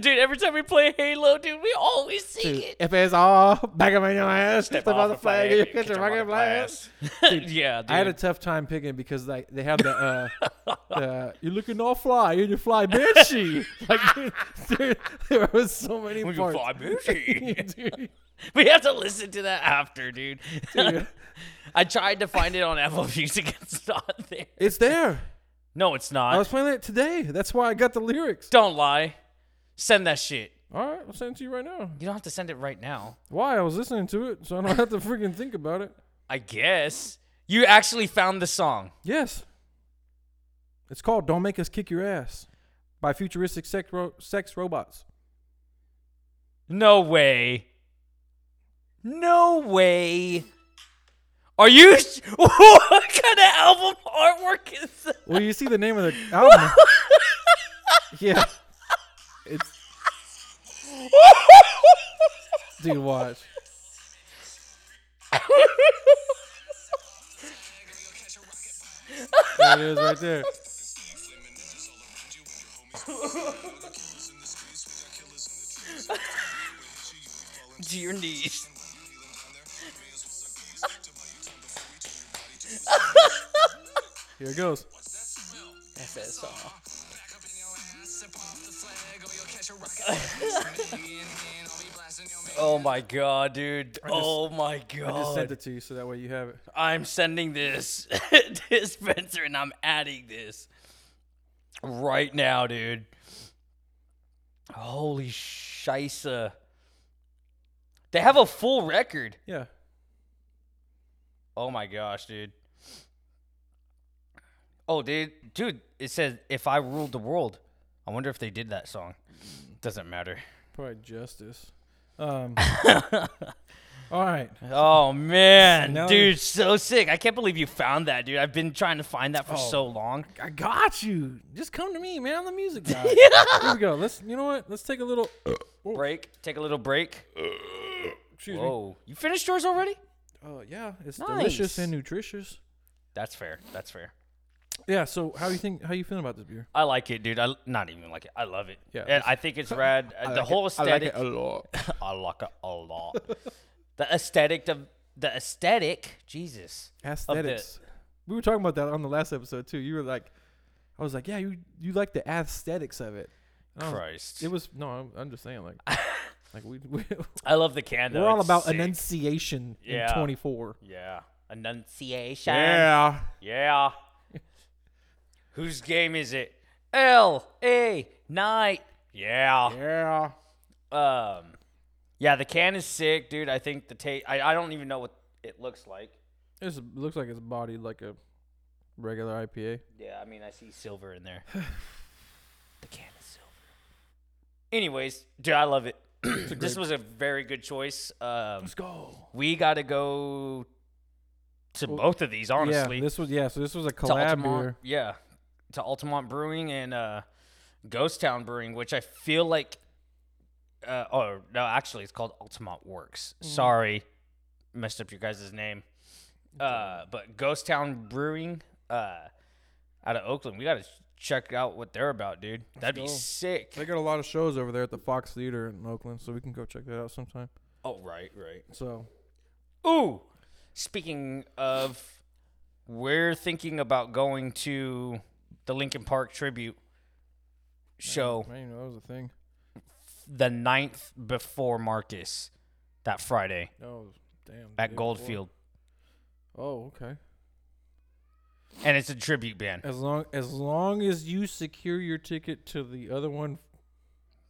Speaker 1: dude, every time we play Halo, dude, we always sing
Speaker 2: Dude,
Speaker 1: it.
Speaker 2: if it's all back up in your ass, step, off
Speaker 1: Off
Speaker 2: the flag, or you'll catch a rocket
Speaker 1: rocket
Speaker 2: blast.
Speaker 1: blast. yeah, dude.
Speaker 2: I had a tough time picking because like they have the, uh, the you're looking all fly, you're the fly banshee. like dude, there, there was so many
Speaker 1: we can
Speaker 2: parts.
Speaker 1: fly busy.
Speaker 2: dude,
Speaker 1: we have to listen to that after, dude.
Speaker 2: dude.
Speaker 1: I tried to find it on Apple Music. It's not there.
Speaker 2: It's there.
Speaker 1: No, it's
Speaker 2: I
Speaker 1: not.
Speaker 2: was playing it today. That's why I got the lyrics.
Speaker 1: Don't lie. Send that shit.
Speaker 2: All right, I'll send it to you right now.
Speaker 1: You don't have to send it right now.
Speaker 2: Why? I was listening to it, so I don't have to freaking think about it.
Speaker 1: I guess you actually found the song.
Speaker 2: Yes. It's called "Don't Make Us Kick Your Ass" by Futuristic Sex, ro- sex Robots.
Speaker 1: No way. No way. Are you? s- What kind of album artwork is that?
Speaker 2: Well, you see the name of the album. yeah. It's dude, watch. There it is right there.
Speaker 1: to your knees.
Speaker 2: Here it goes.
Speaker 1: FSR. Oh my god, dude. oh my
Speaker 2: I just sent
Speaker 1: god.
Speaker 2: it to you so that way you have it.
Speaker 1: I'm sending this to Spencer and I'm adding this right now, dude. Holy shisa. They have a full record.
Speaker 2: Yeah.
Speaker 1: Oh my gosh, dude. Oh, dude, dude, it says "If I Ruled the World." I wonder if they did that song. Doesn't matter.
Speaker 2: Probably justice. Um, all right.
Speaker 1: Oh man,
Speaker 2: Now-
Speaker 1: dude, so sick! I can't believe you found that, dude. I've been trying to find that for
Speaker 2: Oh.
Speaker 1: so long.
Speaker 2: I got you. Just come to me, man. I'm the music guy. Here we go. Let's. You know what? Let's take a little. Oh,
Speaker 1: Break. Take a little break.
Speaker 2: excuse me.
Speaker 1: Whoa, you finished yours already?
Speaker 2: Oh yeah, it's
Speaker 1: Nice.
Speaker 2: delicious and nutritious.
Speaker 1: That's fair. That's fair.
Speaker 2: Yeah. So how you think? How you feeling about this beer?
Speaker 1: I like it, dude. I not even like it. I love it.
Speaker 2: Yeah.
Speaker 1: and I think it's rad. Uh, the whole aesthetic.
Speaker 2: I like it a lot.
Speaker 1: I like it a lot. the aesthetic of the aesthetic. Jesus.
Speaker 2: Aesthetics. We were talking about that on the last episode too. You were like, I was like, yeah, you you like the aesthetics of it. And I was-
Speaker 1: Christ.
Speaker 2: Oh. It was no, I'm, I'm just saying like, like we, we
Speaker 1: I love the candle.
Speaker 2: we're all
Speaker 1: It's
Speaker 2: about
Speaker 1: sick.
Speaker 2: enunciation
Speaker 1: Yeah.
Speaker 2: in 24.
Speaker 1: Yeah. Enunciation. Yeah. Whose game is it? L A Knight. Yeah.
Speaker 2: yeah.
Speaker 1: Um. Yeah, the can is sick, dude. I think the tape. I, I don't even know what it looks like.
Speaker 2: This looks like it's bodied like a regular IPA.
Speaker 1: Yeah, I mean, I see silver in there. the can is silver. Anyways, dude, I love it. this was a very good choice. Um,
Speaker 2: Let's go.
Speaker 1: we got to go to both of these, honestly.
Speaker 2: Yeah, this was yeah. So this was a
Speaker 1: to
Speaker 2: collab
Speaker 1: Altamont,
Speaker 2: beer.
Speaker 1: yeah, to Altamont Brewing and uh, Ghost Town Brewing, which I feel like, uh, oh no, actually it's called Altamont Works. Sorry, messed up your guys' name. Uh, but Ghost Town Brewing, uh, out of Oakland, we gotta check out what they're about, dude. That'd be
Speaker 2: go.
Speaker 1: sick.
Speaker 2: They got a lot of shows over there at the Fox Theater in Oakland, so we can go check that out sometime.
Speaker 1: oh right, right.
Speaker 2: So
Speaker 1: Ooh, speaking of, we're thinking about going to the Lincoln Park tribute show.
Speaker 2: I didn't even know that was a thing.
Speaker 1: the ninth before Marcus that Friday
Speaker 2: Oh damn. the day
Speaker 1: at
Speaker 2: before.
Speaker 1: Goldfield.
Speaker 2: Oh okay.
Speaker 1: And it's a tribute band.
Speaker 2: As long as long as you secure your ticket to the other one,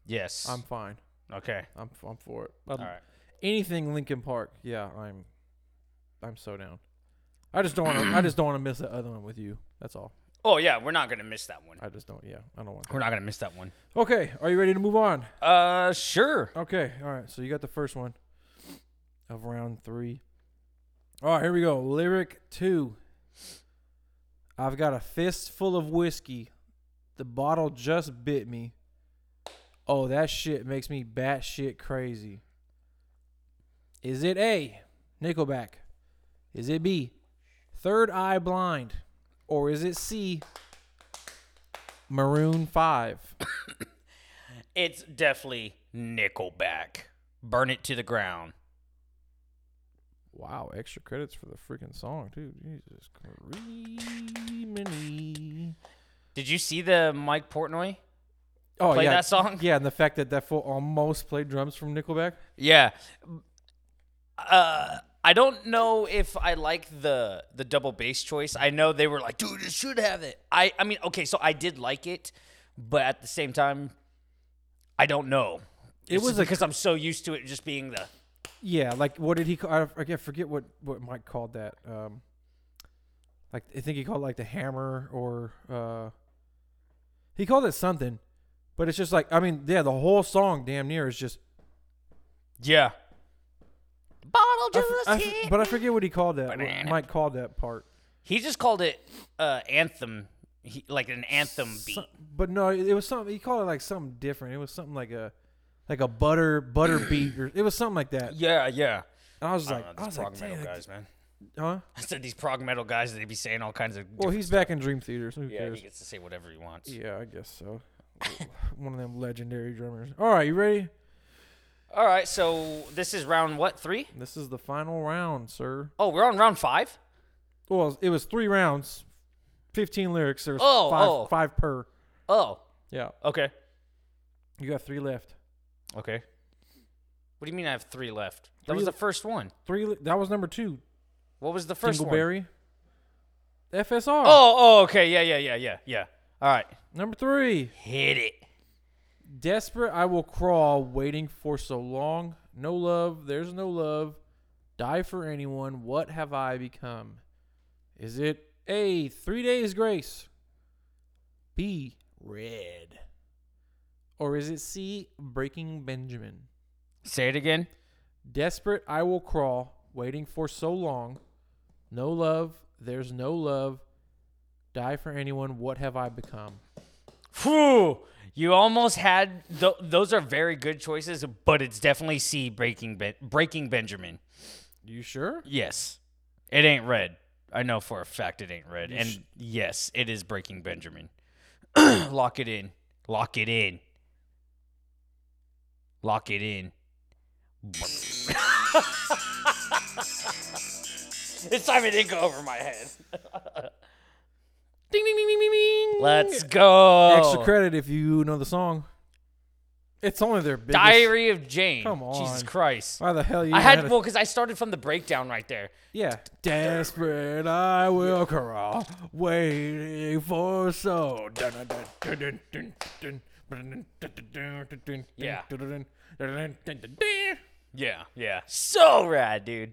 Speaker 1: Yes.
Speaker 2: I'm fine.
Speaker 1: okay.
Speaker 2: I'm f- I'm for it. Um,
Speaker 1: All right.
Speaker 2: Anything Lincoln Park, yeah, I'm I'm so down. I just don't want to. I just don't want to miss the other one with you. That's all.
Speaker 1: Oh yeah, we're not gonna miss that one.
Speaker 2: I just don't. Yeah, I don't want.
Speaker 1: We're not gonna miss that one.
Speaker 2: That. Okay, are you ready to move on?
Speaker 1: Uh, sure.
Speaker 2: Okay, all right. So you got the first one of round three. All right, here we go. Lyric two. I've got a fistful of whiskey. The bottle just bit me. Oh, that shit makes me batshit crazy. Is it A, Nickelback? Is it B, Third Eye Blind? Or is it C, Maroon 5?
Speaker 1: It's definitely Nickelback. Burn it to the ground.
Speaker 2: Wow, extra credits for the freaking song too. Jesus Creamini.
Speaker 1: Did you see the Mike Portnoy?
Speaker 2: Oh
Speaker 1: Play
Speaker 2: yeah,
Speaker 1: that song?
Speaker 2: yeah, and the fact that that fool almost played drums from Nickelback.
Speaker 1: Yeah. Uh, I don't know if I like the the double bass choice. I know they were like, dude, it should have it. I I mean, okay, so I did like it, but at the same time, I don't know. It
Speaker 2: was
Speaker 1: was
Speaker 2: a
Speaker 1: because I'm so used to it just being the
Speaker 2: Yeah, like what did he? Call, I forget- forget what what Mike called that. Um, like I think he called it, like the hammer or uh, he called it something, but it's just like I mean, yeah, the whole song damn near is just.
Speaker 1: yeah. Bottle
Speaker 2: I f-
Speaker 1: juice.
Speaker 2: I f-
Speaker 1: hit
Speaker 2: but I
Speaker 1: me.
Speaker 2: forget what he called that. what
Speaker 1: Banana.
Speaker 2: Mike called that part.
Speaker 1: he just called it uh anthem, he, like an anthem beat.
Speaker 2: Some- but no, it it was something. He called it like something different. It was something like a like a butter butter beat or it was something like that. And
Speaker 1: Yeah, yeah.
Speaker 2: I was
Speaker 1: I don't
Speaker 2: like,
Speaker 1: know,
Speaker 2: I,
Speaker 1: these
Speaker 2: was
Speaker 1: prog
Speaker 2: like,
Speaker 1: metal
Speaker 2: "Dang, like,
Speaker 1: guys, man.
Speaker 2: huh?
Speaker 1: I said these prog metal guys, they be saying all kinds of.
Speaker 2: Well,
Speaker 1: different-
Speaker 2: he's back in Dream Theater, so who
Speaker 1: yeah,
Speaker 2: cares?
Speaker 1: he gets to say whatever he wants.
Speaker 2: Yeah, I guess so. One of them legendary drummers. All right, you ready?
Speaker 1: All right, so this is round what three?
Speaker 2: This is the final round, sir.
Speaker 1: Oh, we're on round five.
Speaker 2: Well, it was three rounds, fifteen lyrics. There was
Speaker 1: Oh,
Speaker 2: five
Speaker 1: oh.
Speaker 2: five per.
Speaker 1: Oh,
Speaker 2: Yeah,
Speaker 1: okay,
Speaker 2: you got three left.
Speaker 1: okay. What do you mean I have three left? That
Speaker 2: Three
Speaker 1: was the
Speaker 2: le-
Speaker 1: first one.
Speaker 2: Three. Li- that was number two.
Speaker 1: What was the first one?
Speaker 2: Dingleberry. FSR.
Speaker 1: Oh, oh, okay, yeah, yeah, yeah, yeah, yeah. All right,
Speaker 2: Number three.
Speaker 1: hit it.
Speaker 2: Desperate, I will crawl, waiting for so long. No love, there's no love. Die for anyone, what have I become? Is it A. Three Days Grace. B. Red. Or is it C. Breaking Benjamin?
Speaker 1: Say it again.
Speaker 2: Desperate, I will crawl, waiting for so long. No love, there's no love. Die for anyone, what have I become?
Speaker 1: Phew. You almost had th- those are very good choices, but it's definitely C breaking ben- breaking Benjamin.
Speaker 2: You sure?
Speaker 1: Yes. It ain't red. I know for a fact it ain't red.
Speaker 2: You
Speaker 1: and
Speaker 2: sh-
Speaker 1: yes, it is breaking Benjamin. Lock it in. Lock it in. Lock it in. it's time it didn't go over my head.
Speaker 2: Ding, ding, ding, ding, ding, ding.
Speaker 1: Let's go.
Speaker 2: Extra credit if you know the song. It's only their biggest.
Speaker 1: Diary of Jane.
Speaker 2: Come
Speaker 1: Jesus
Speaker 2: on.
Speaker 1: Christ.
Speaker 2: Why the hell you
Speaker 1: I
Speaker 2: even
Speaker 1: had,
Speaker 2: a-
Speaker 1: well, because I started from the breakdown right there.
Speaker 2: yeah. Desperate, I will crawl, waiting for so.
Speaker 1: Yeah.
Speaker 2: Yeah.
Speaker 1: Yeah, yeah. So rad, dude.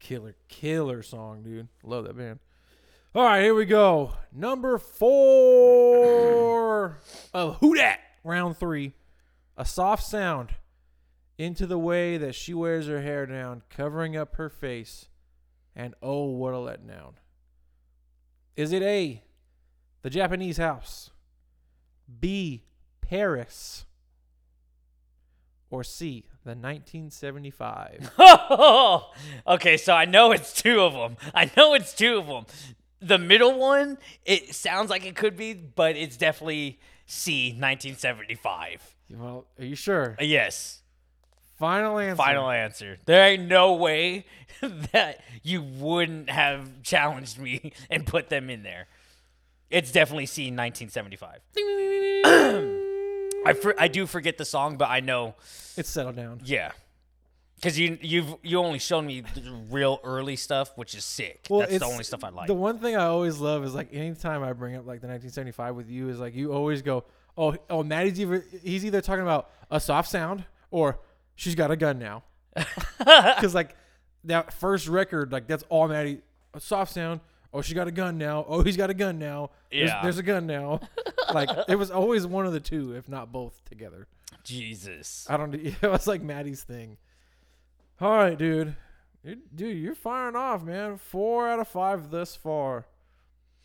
Speaker 2: Killer, killer song, dude. Love that band. All right, here we go. Number four of Who Dat? Round three. A soft sound into the way that she wears her hair down, covering up her face. And oh, what a letdown. Is it A, the Japanese house? B, Paris? Or C, the 1975?
Speaker 1: okay, so I know it's two of them. I know it's two of them. The middle one, it sounds like it could be, but it's definitely C, 1975.
Speaker 2: Well, are you sure?
Speaker 1: Uh, Yes,
Speaker 2: Final answer.
Speaker 1: final answer. There ain't no way that you wouldn't have challenged me and put them in there. It's definitely C, 1975. I, for, I do forget the song, but I know
Speaker 2: It's settled down.
Speaker 1: Yeah, because you you've you only shown me the real early stuff, which is sick. That's the
Speaker 2: it's-
Speaker 1: only stuff I like.
Speaker 2: The one thing I always love is like anytime I bring up like the 1975 with you is like you always go, oh, oh, Maddie's either he's either talking about a soft sound or she's got a gun now, because like that first record, like that's all Maddie, a soft sound. Oh, she got a gun now. Oh, he's got a gun now. There's-
Speaker 1: Yeah.
Speaker 2: there's a gun now. like it was always one of the two, if not both together.
Speaker 1: Jesus,
Speaker 2: I don't. e-, It was like Maddie's thing. All right, dude. You, dude, you're firing off, man. Four out of five thus far.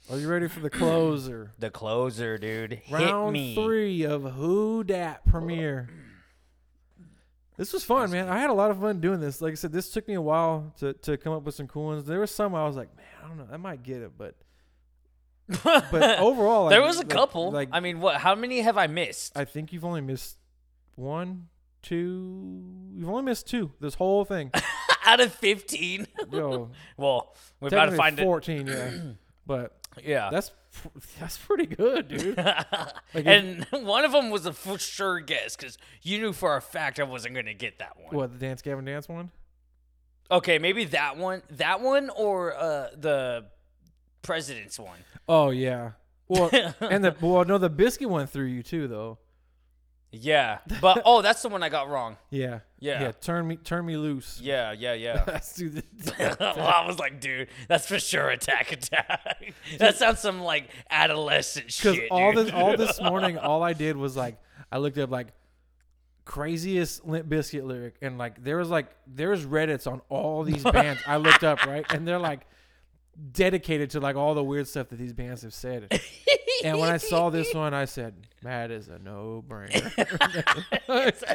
Speaker 2: Are you ready for the closer?
Speaker 1: the closer, dude. Hit
Speaker 2: Round
Speaker 1: me.
Speaker 2: three of Who Dat premiere. This was fun, man. I had a lot of fun doing this. Like I said, this took me a while to, to come up with some cool ones. There were some I was like, man, I don't know, I might get it, but but overall,
Speaker 1: there
Speaker 2: like-
Speaker 1: was a
Speaker 2: like-
Speaker 1: couple.
Speaker 2: Like
Speaker 1: I mean, what? How many have I missed?
Speaker 2: I think you've only missed one, two. You've only missed two. This whole thing.
Speaker 1: Out of fifteen.
Speaker 2: Yo,
Speaker 1: well, we've got to
Speaker 2: technically
Speaker 1: find it.
Speaker 2: fourteen, yeah. But
Speaker 1: Yeah.
Speaker 2: that's pr- that's pretty good, dude. if-
Speaker 1: and one of them was a for sure guess because you knew for a fact I wasn't going to get that one.
Speaker 2: what the dance Gavin dance one?
Speaker 1: Okay, maybe that one, that one, or uh, the president's one.
Speaker 2: Oh yeah. Well, and the well no, the biscuit one through you too though.
Speaker 1: Yeah, but oh, that's the one I got wrong.
Speaker 2: Yeah.
Speaker 1: Yeah.
Speaker 2: Yeah. Turn me turn me loose.
Speaker 1: Yeah, yeah, yeah.
Speaker 2: Let's do this.
Speaker 1: well, I was like, dude, that's for sure attack attack. that sounds some like adolescent
Speaker 2: Because
Speaker 1: shit.
Speaker 2: all
Speaker 1: dude.
Speaker 2: this all this morning, all I did was like I looked up like craziest Limp Biscuit lyric, and like there was like there's Reddit's on all these bands I looked up right, and they're like dedicated to like all the weird stuff that these bands have said. and when I saw this one, I said, "Matt is a no brainer."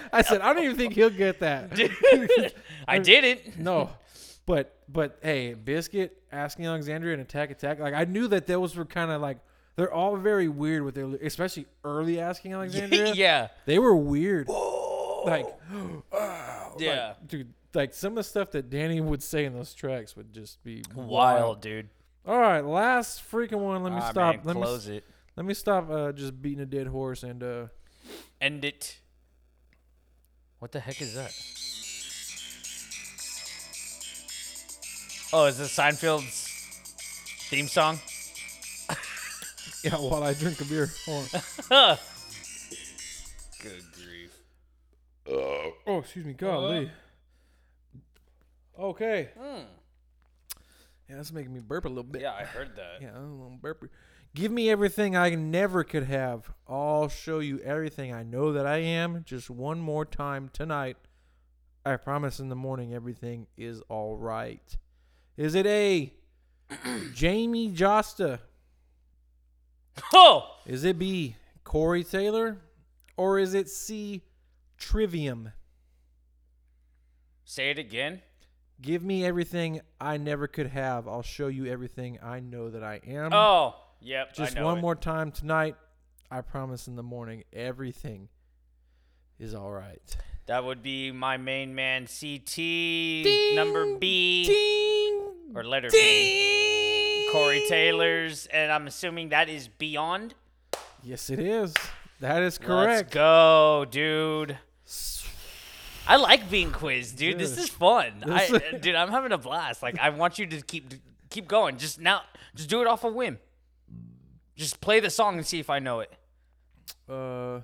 Speaker 2: I said, "I don't even think he'll get that."
Speaker 1: I didn't.
Speaker 2: No, but but hey, Biscuit, Asking Alexandria, and Attack Attack. Like I knew that those were kind of like they're all very weird with their, especially early Asking Alexandria.
Speaker 1: yeah,
Speaker 2: they were weird. Like,
Speaker 1: yeah.
Speaker 2: dude, like some of the stuff that Danny would say in those tracks would just be wild.
Speaker 1: Wild, dude.
Speaker 2: All right, last freaking one. Let me
Speaker 1: Ah,
Speaker 2: stop.
Speaker 1: man,
Speaker 2: let me
Speaker 1: close it.
Speaker 2: let me stop. Uh, just beating a dead horse and uh,
Speaker 1: End it. What the heck is that? Oh, is this Seinfeld's theme song?
Speaker 2: yeah, while I drink a beer. Hold on.
Speaker 1: Good grief.
Speaker 2: oh, excuse me, golly. Okay. Yeah, that's making me burp a little bit.
Speaker 1: Yeah, I heard that.
Speaker 2: Yeah, I'm a little burper. Give me everything I never could have. I'll show you everything I know that I am. Just one more time tonight. I promise in the morning everything is all right. Is it A? Jamie Josta?
Speaker 1: Oh,
Speaker 2: Is it B? Corey Taylor? Or is it C? Trivium?
Speaker 1: say it again.
Speaker 2: Give me everything I never could have. I'll show you everything I know that I am.
Speaker 1: oh, yep. I
Speaker 2: Mm. Just
Speaker 1: know
Speaker 2: one
Speaker 1: it.
Speaker 2: more time tonight. I promise in the morning everything is all right.
Speaker 1: That would be my main man, CT. number B
Speaker 2: Ding.
Speaker 1: or letter B. Corey Taylor's, and I'm assuming that is Beyond.
Speaker 2: Yes, it is. That is
Speaker 1: Let's
Speaker 2: correct.
Speaker 1: go, dude. I like being quizzed, dude. This
Speaker 2: Yes.
Speaker 1: is fun. I, uh,
Speaker 2: This-
Speaker 1: dude, I'm having a blast. Like, I want you to keep keep going. Just now, just do it off a whim. Just play the song and see if I know it
Speaker 2: Uh,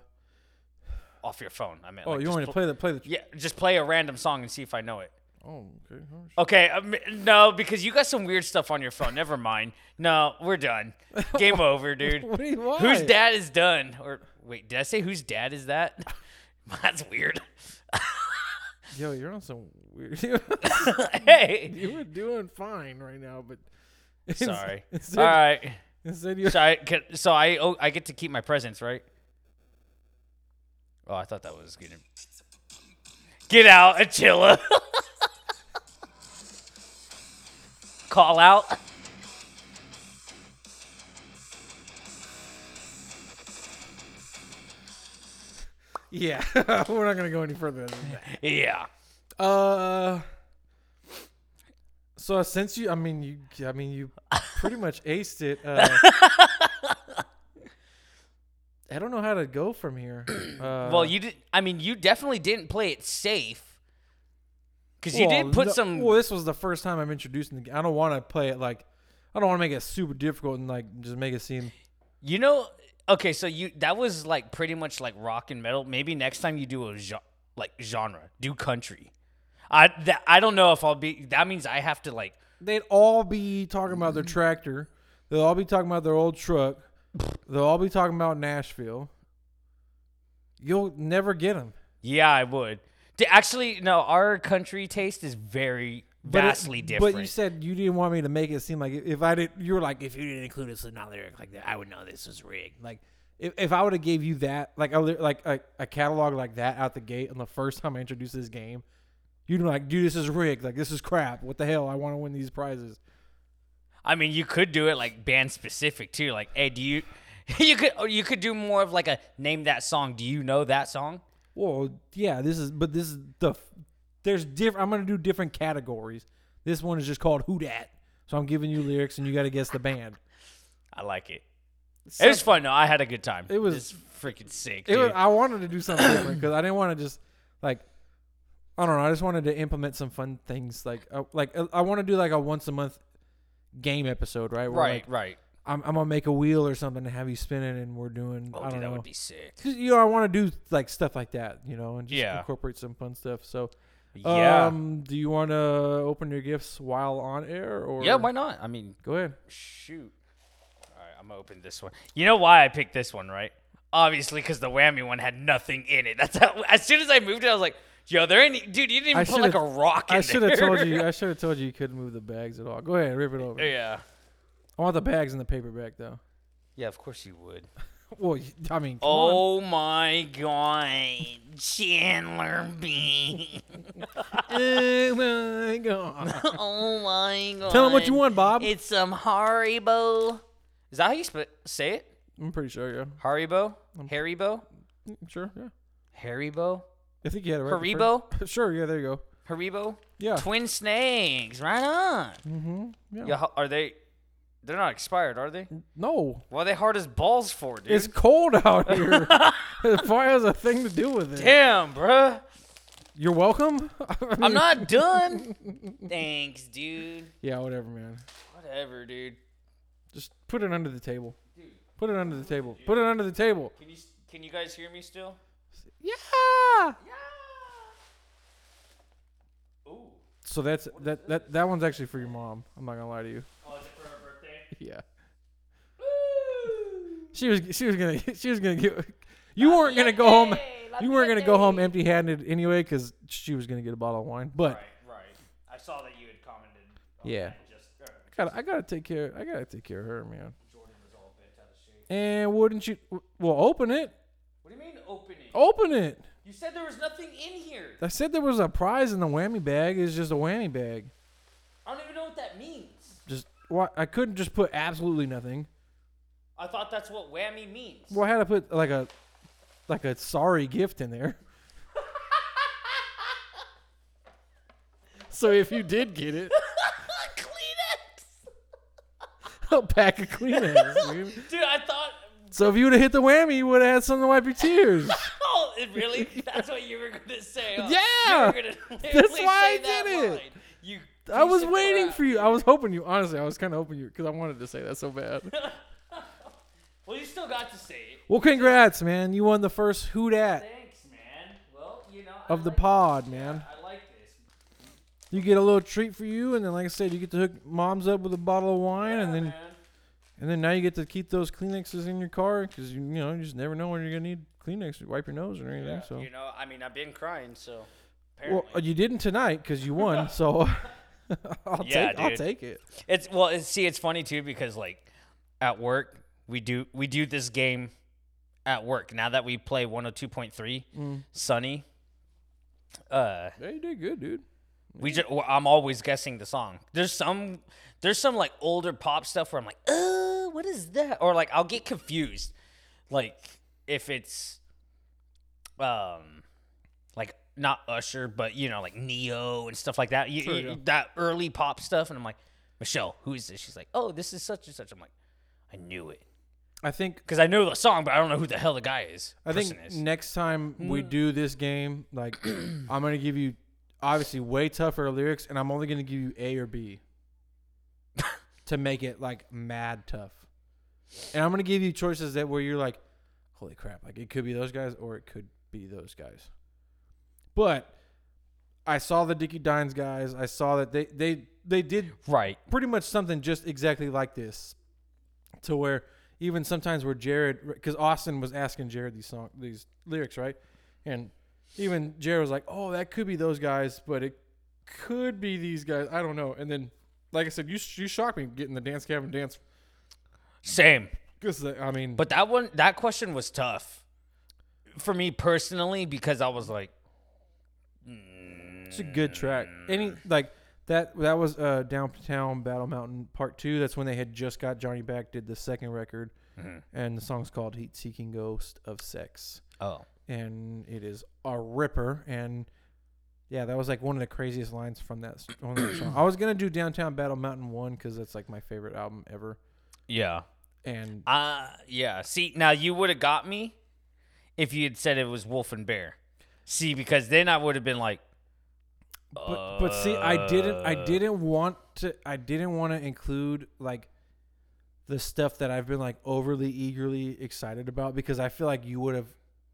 Speaker 1: off your phone. I mean,
Speaker 2: oh, you want me to play the play the?
Speaker 1: Yeah, just play a random song and see if I know it.
Speaker 2: Oh, okay. Oh, sh-
Speaker 1: Okay, um, no, because you got some weird stuff on your phone. Never mind. No, we're done. Game over, dude.
Speaker 2: What do you want?
Speaker 1: Whose dad is done? Or wait, did I say whose dad is that? That's weird.
Speaker 2: Yo, you're on some weird.
Speaker 1: hey,
Speaker 2: you were doing fine right now, but
Speaker 1: sorry.
Speaker 2: Instead,
Speaker 1: All right.
Speaker 2: instead you
Speaker 1: So I can- so I oh, I get to keep my presents, right? Oh, I thought that was gonna. Get out, Attila. Call out.
Speaker 2: yeah, we're not gonna go any further than that.
Speaker 1: Yeah.
Speaker 2: Uh. So since you, I mean you, I mean you, pretty much aced it. Uh, I don't know how to go from here. Uh,
Speaker 1: Well, you did. I mean, you definitely didn't play it safe because you
Speaker 2: well,
Speaker 1: did put
Speaker 2: no-
Speaker 1: some.
Speaker 2: Well, this was the first time I'm introducing. The, g- I don't want to play it like. I don't want to make it super difficult and like just make it seem.
Speaker 1: you know, okay, so you that was like pretty much like rock and metal. Maybe next time you do a gen- like genre, do country. I that I don't know if I'll be. That means I have to like.
Speaker 2: They'd all be talking about their tractor. They'll all be talking about their old truck. They'll all be talking about Nashville. You'll never get them.
Speaker 1: Yeah, I would. D- Actually, no, our country taste is very
Speaker 2: it-
Speaker 1: vastly different.
Speaker 2: But you said you didn't want me to make it seem like if I did, you were like, if you didn't include this in lyric like that, I would know this was rigged. Like if, if I would have gave you that, like a li- like a, a catalog like that out the gate on the first time I introduced this game, you'd be like, dude, this is rigged. Like this is crap. What the hell? I want to win these prizes.
Speaker 1: I mean, you could do it like band specific too. Like, hey, do you? You could or you could do more of like a name that song. Do you know that song?
Speaker 2: Well, yeah, this is, but this is the f- there's different. I'm gonna do different categories. This one is just called Who Dat. So I'm giving you lyrics and you got to guess the band.
Speaker 1: I like it. it was fun though. I had a good time. It
Speaker 2: was-
Speaker 1: was freaking sick.
Speaker 2: It
Speaker 1: dude.
Speaker 2: was, I wanted to do something different because I didn't want to just like I don't know. I just wanted to implement some fun things like uh, like uh, I want to do like a once a month game episode, right? Where,
Speaker 1: right,
Speaker 2: like,
Speaker 1: right.
Speaker 2: I'm, I'm gonna make a wheel or something to have you spin it, and we're doing.
Speaker 1: Oh,
Speaker 2: I don't
Speaker 1: dude, that
Speaker 2: know.
Speaker 1: would be sick.
Speaker 2: 'Cause, you know, I want to do like stuff like that, you know, and just
Speaker 1: Yeah.
Speaker 2: incorporate some fun stuff. So,
Speaker 1: Yeah.
Speaker 2: um, do you want to open your gifts while on air or?
Speaker 1: yeah, why not? I mean,
Speaker 2: Go ahead.
Speaker 1: shoot. All right, I'm gonna open this one. You know why I picked this one, right? Obviously, because the whammy one had nothing in it. That's how. As soon as I moved it, I was like, "Yo, there any dude? You didn't even
Speaker 2: I
Speaker 1: put like a
Speaker 2: shoulda-
Speaker 1: rock in
Speaker 2: I should have
Speaker 1: there."
Speaker 2: told you. I should have told you you couldn't move the bags at all. Go ahead, rip it over.
Speaker 1: yeah.
Speaker 2: I want the bags and the paper back though.
Speaker 1: Yeah, of course you would.
Speaker 2: Well, y- I mean, come on.
Speaker 1: Oh my god, Chandler B.
Speaker 2: Eh, my God.
Speaker 1: oh my god.
Speaker 2: Tell him what you want, Bob.
Speaker 1: It's some Haribo. Um, Is that how you sp- say it?
Speaker 2: I'm pretty sure, yeah.
Speaker 1: Haribo?
Speaker 2: Um,
Speaker 1: Haribo?
Speaker 2: Mm, Sure, yeah.
Speaker 1: Haribo?
Speaker 2: I think you had it right. the
Speaker 1: Haribo?
Speaker 2: first- Sure, yeah, there you go.
Speaker 1: Haribo?
Speaker 2: Yeah.
Speaker 1: Twin snakes, right on.
Speaker 2: mm-hmm. yeah.
Speaker 1: Yeah, ho- are they? They're not expired, are they?
Speaker 2: No.
Speaker 1: What are they hard as balls for, dude?
Speaker 2: It's cold out here. as far as a thing to do with it.
Speaker 1: Damn, bruh.
Speaker 2: You're welcome. I
Speaker 1: I'm
Speaker 2: mean-
Speaker 1: not done. Thanks, dude.
Speaker 2: Yeah, whatever, man.
Speaker 1: Whatever, dude.
Speaker 2: Just put it under the table. Put it under the table. Put it under the table.
Speaker 1: Can you s- can you guys hear me still?
Speaker 2: Yeah.
Speaker 1: Ooh.
Speaker 2: So that's that that that one's actually for your mom. I'm not gonna lie to you.
Speaker 1: Oh, is it for her birthday?
Speaker 2: Yeah. She was she was gonna she was gonna get. You weren't gonna go home. You weren't gonna go home empty-handed anyway, because she was gonna get a bottle of wine. But
Speaker 1: right, right. I saw that you had commented.
Speaker 2: on Yeah. that
Speaker 1: Just uh,
Speaker 2: God, I gotta take care. I gotta take care of her, man.
Speaker 1: Jordan was all bent out of shape.
Speaker 2: And wouldn't you? Well, open it.
Speaker 1: What do you mean open it?
Speaker 2: Open it.
Speaker 1: You said there was nothing in here.
Speaker 2: I said there was a prize in the whammy bag. It's just a whammy bag.
Speaker 1: I don't even know what that means.
Speaker 2: Just why I couldn't just put absolutely nothing.
Speaker 1: I thought that's what whammy means.
Speaker 2: Well, I had to put like a like a sorry gift in there. so if you did get it,
Speaker 1: Kleenex.
Speaker 2: a pack of Kleenex, dude.
Speaker 1: Dude, I thought.
Speaker 2: So if you would have hit the whammy, you would have had something to wipe your tears.
Speaker 1: Oh, it really? That's what you were gonna say. huh?
Speaker 2: Yeah.
Speaker 1: You were gonna
Speaker 2: That's
Speaker 1: literally
Speaker 2: why
Speaker 1: say
Speaker 2: I
Speaker 1: that
Speaker 2: did it.
Speaker 1: line. You.
Speaker 2: I was
Speaker 1: piece of
Speaker 2: waiting
Speaker 1: crap.
Speaker 2: for you. I was hoping you. Honestly, I was kind of hoping you because I wanted to say that so bad.
Speaker 1: Well, you still got to say it.
Speaker 2: Well, congrats, man. You won the first Who Dat
Speaker 1: Thanks, man. Well, you know. I
Speaker 2: of the
Speaker 1: like-
Speaker 2: pod,
Speaker 1: yeah,
Speaker 2: man.
Speaker 1: I like this.
Speaker 2: You get a little treat for you, and then, like I said, you get to hook moms up with a bottle of wine,
Speaker 1: Yeah,
Speaker 2: and then
Speaker 1: man.
Speaker 2: and then now you get to keep those Kleenexes in your car because you you know you just never know when you're gonna need Kleenex to wipe your nose or anything.
Speaker 1: Yeah,
Speaker 2: so,
Speaker 1: you know, I mean, I've been crying, so.
Speaker 2: well,
Speaker 1: Apparently.
Speaker 2: you didn't tonight because you won. So, I'll
Speaker 1: Yeah,
Speaker 2: take I'll
Speaker 1: dude.
Speaker 2: take it.
Speaker 1: It's well, it's, see, it's funny too because like at work we do we do this game at work. Now that we play 102.3 Sunny, uh,
Speaker 2: Yeah, you did good, dude.
Speaker 1: we just I'm always guessing the song. There's some there's some like older pop stuff where I'm like, uh, what is that? Or like I'll get confused, like if it's um like not Usher, but you know like Neo and stuff like that. You,
Speaker 2: Sure,
Speaker 1: you-
Speaker 2: yeah.
Speaker 1: That early pop stuff, and I'm like, Michelle, who is this? She's like, oh, this is such and such. I'm like, I knew it
Speaker 2: I think
Speaker 1: because I know the song, but I don't know who the hell the guy is.
Speaker 2: I think
Speaker 1: person is.
Speaker 2: next time we do this game, like I'm gonna give you obviously way tougher lyrics, and I'm only gonna give you A or B to make it like mad tough. And I'm gonna give you choices that where you're like, holy crap, like it could be those guys or it could be those guys. But I saw the Dickie Dines guys. I saw that they they they did
Speaker 1: right.
Speaker 2: pretty much something just exactly like this, to where even sometimes where Jared, because Austin was asking Jared these song these lyrics, right, and even Jared was like, "Oh, that could be those guys, but it could be these guys. I don't know." And then, like I said, you you shocked me getting the dance cabin dance
Speaker 1: Same.
Speaker 2: because I mean,
Speaker 1: But that one, that question was tough for me personally because I was like,
Speaker 2: it's a good track. Any like. That, that was uh, downtown Battle Mountain Part Two. That's when they had just got Johnny back, did the second record, and the song's called "Heat Seeking Ghost of Sex."
Speaker 1: oh,
Speaker 2: and it is a ripper. And yeah, that was like one of the craziest lines from that, s- on that song. I was gonna do Downtown Battle Mountain one because that's like my favorite album ever.
Speaker 1: yeah,
Speaker 2: And
Speaker 1: uh, yeah. See, now you would have got me if you had said it was Wolf and Bear. See, because then I would have been like, uh,
Speaker 2: but but see, I didn't I didn't want to I didn't want to include like the stuff that I've been like overly eagerly excited about because I feel like you would have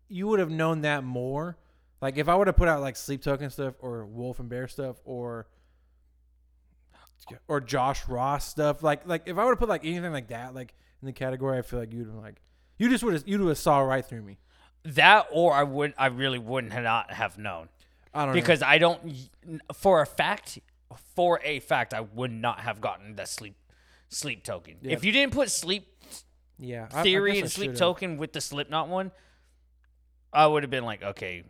Speaker 2: you would have known that more. Like if I would have put out like Sleep Token stuff or Wolf and Bear stuff or or Josh Ross stuff, like like if I would have put like anything like that like in the category, I feel like you'd have been like you just would have you'd have saw right through me.
Speaker 1: that, or I would, I really wouldn't have not have known
Speaker 2: I don't know.
Speaker 1: because I don't, for a fact, for a fact, I would not have gotten that sleep sleep token if you didn't put sleep
Speaker 2: yeah, I- I
Speaker 1: theory
Speaker 2: guess I
Speaker 1: and sleep
Speaker 2: should've.
Speaker 1: token with the Slipknot one, I would have been like, okay,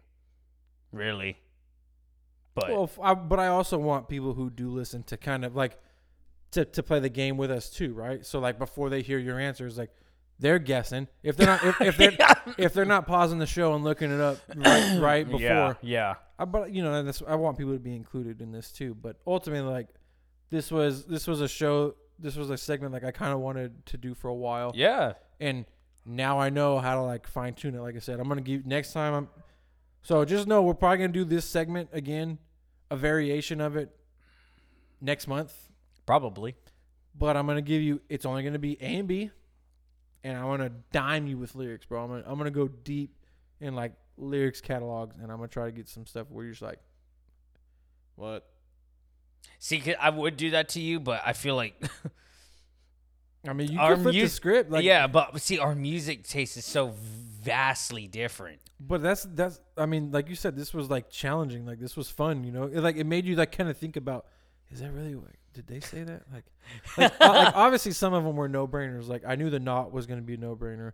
Speaker 1: really, but
Speaker 2: Well, f- I, but I also want people who do listen to kind of like to to play the game with us too, right? So like before they hear your answers, like they're guessing if they're not if, if they're if they're not pausing the show and looking it up right, right before.
Speaker 1: yeah, yeah,
Speaker 2: I, but you know, and this, I want people to be included in this too. But ultimately, like this was this was a show. This was a segment like I kind of wanted to do for a while
Speaker 1: yeah,
Speaker 2: and now I know how to like fine tune it. Like I said, I'm gonna give next time. I'm so just know we're probably gonna do this segment again, a variation of it next month.
Speaker 1: probably.
Speaker 2: But I'm gonna give you. It's only gonna be A and B, and I'm gonna dime you with lyrics, bro. I'm gonna, I'm gonna go deep in like lyrics catalogs, and I'm gonna try to get some stuff where you're just like, what?
Speaker 1: See, 'cause I would do that to you, but I feel like
Speaker 2: I mean, you
Speaker 1: Our
Speaker 2: could flip the
Speaker 1: mus-
Speaker 2: script, like,
Speaker 1: yeah, but see, our music taste is so vastly different.
Speaker 2: But that's that's. I mean, like you said, this was like challenging. Like this was fun. You know, it, like it made you like kind of think about, is that really what? Did they say that? Like, like, o- like, obviously some of them were no brainers. Like I knew the knot was going to be a no brainer.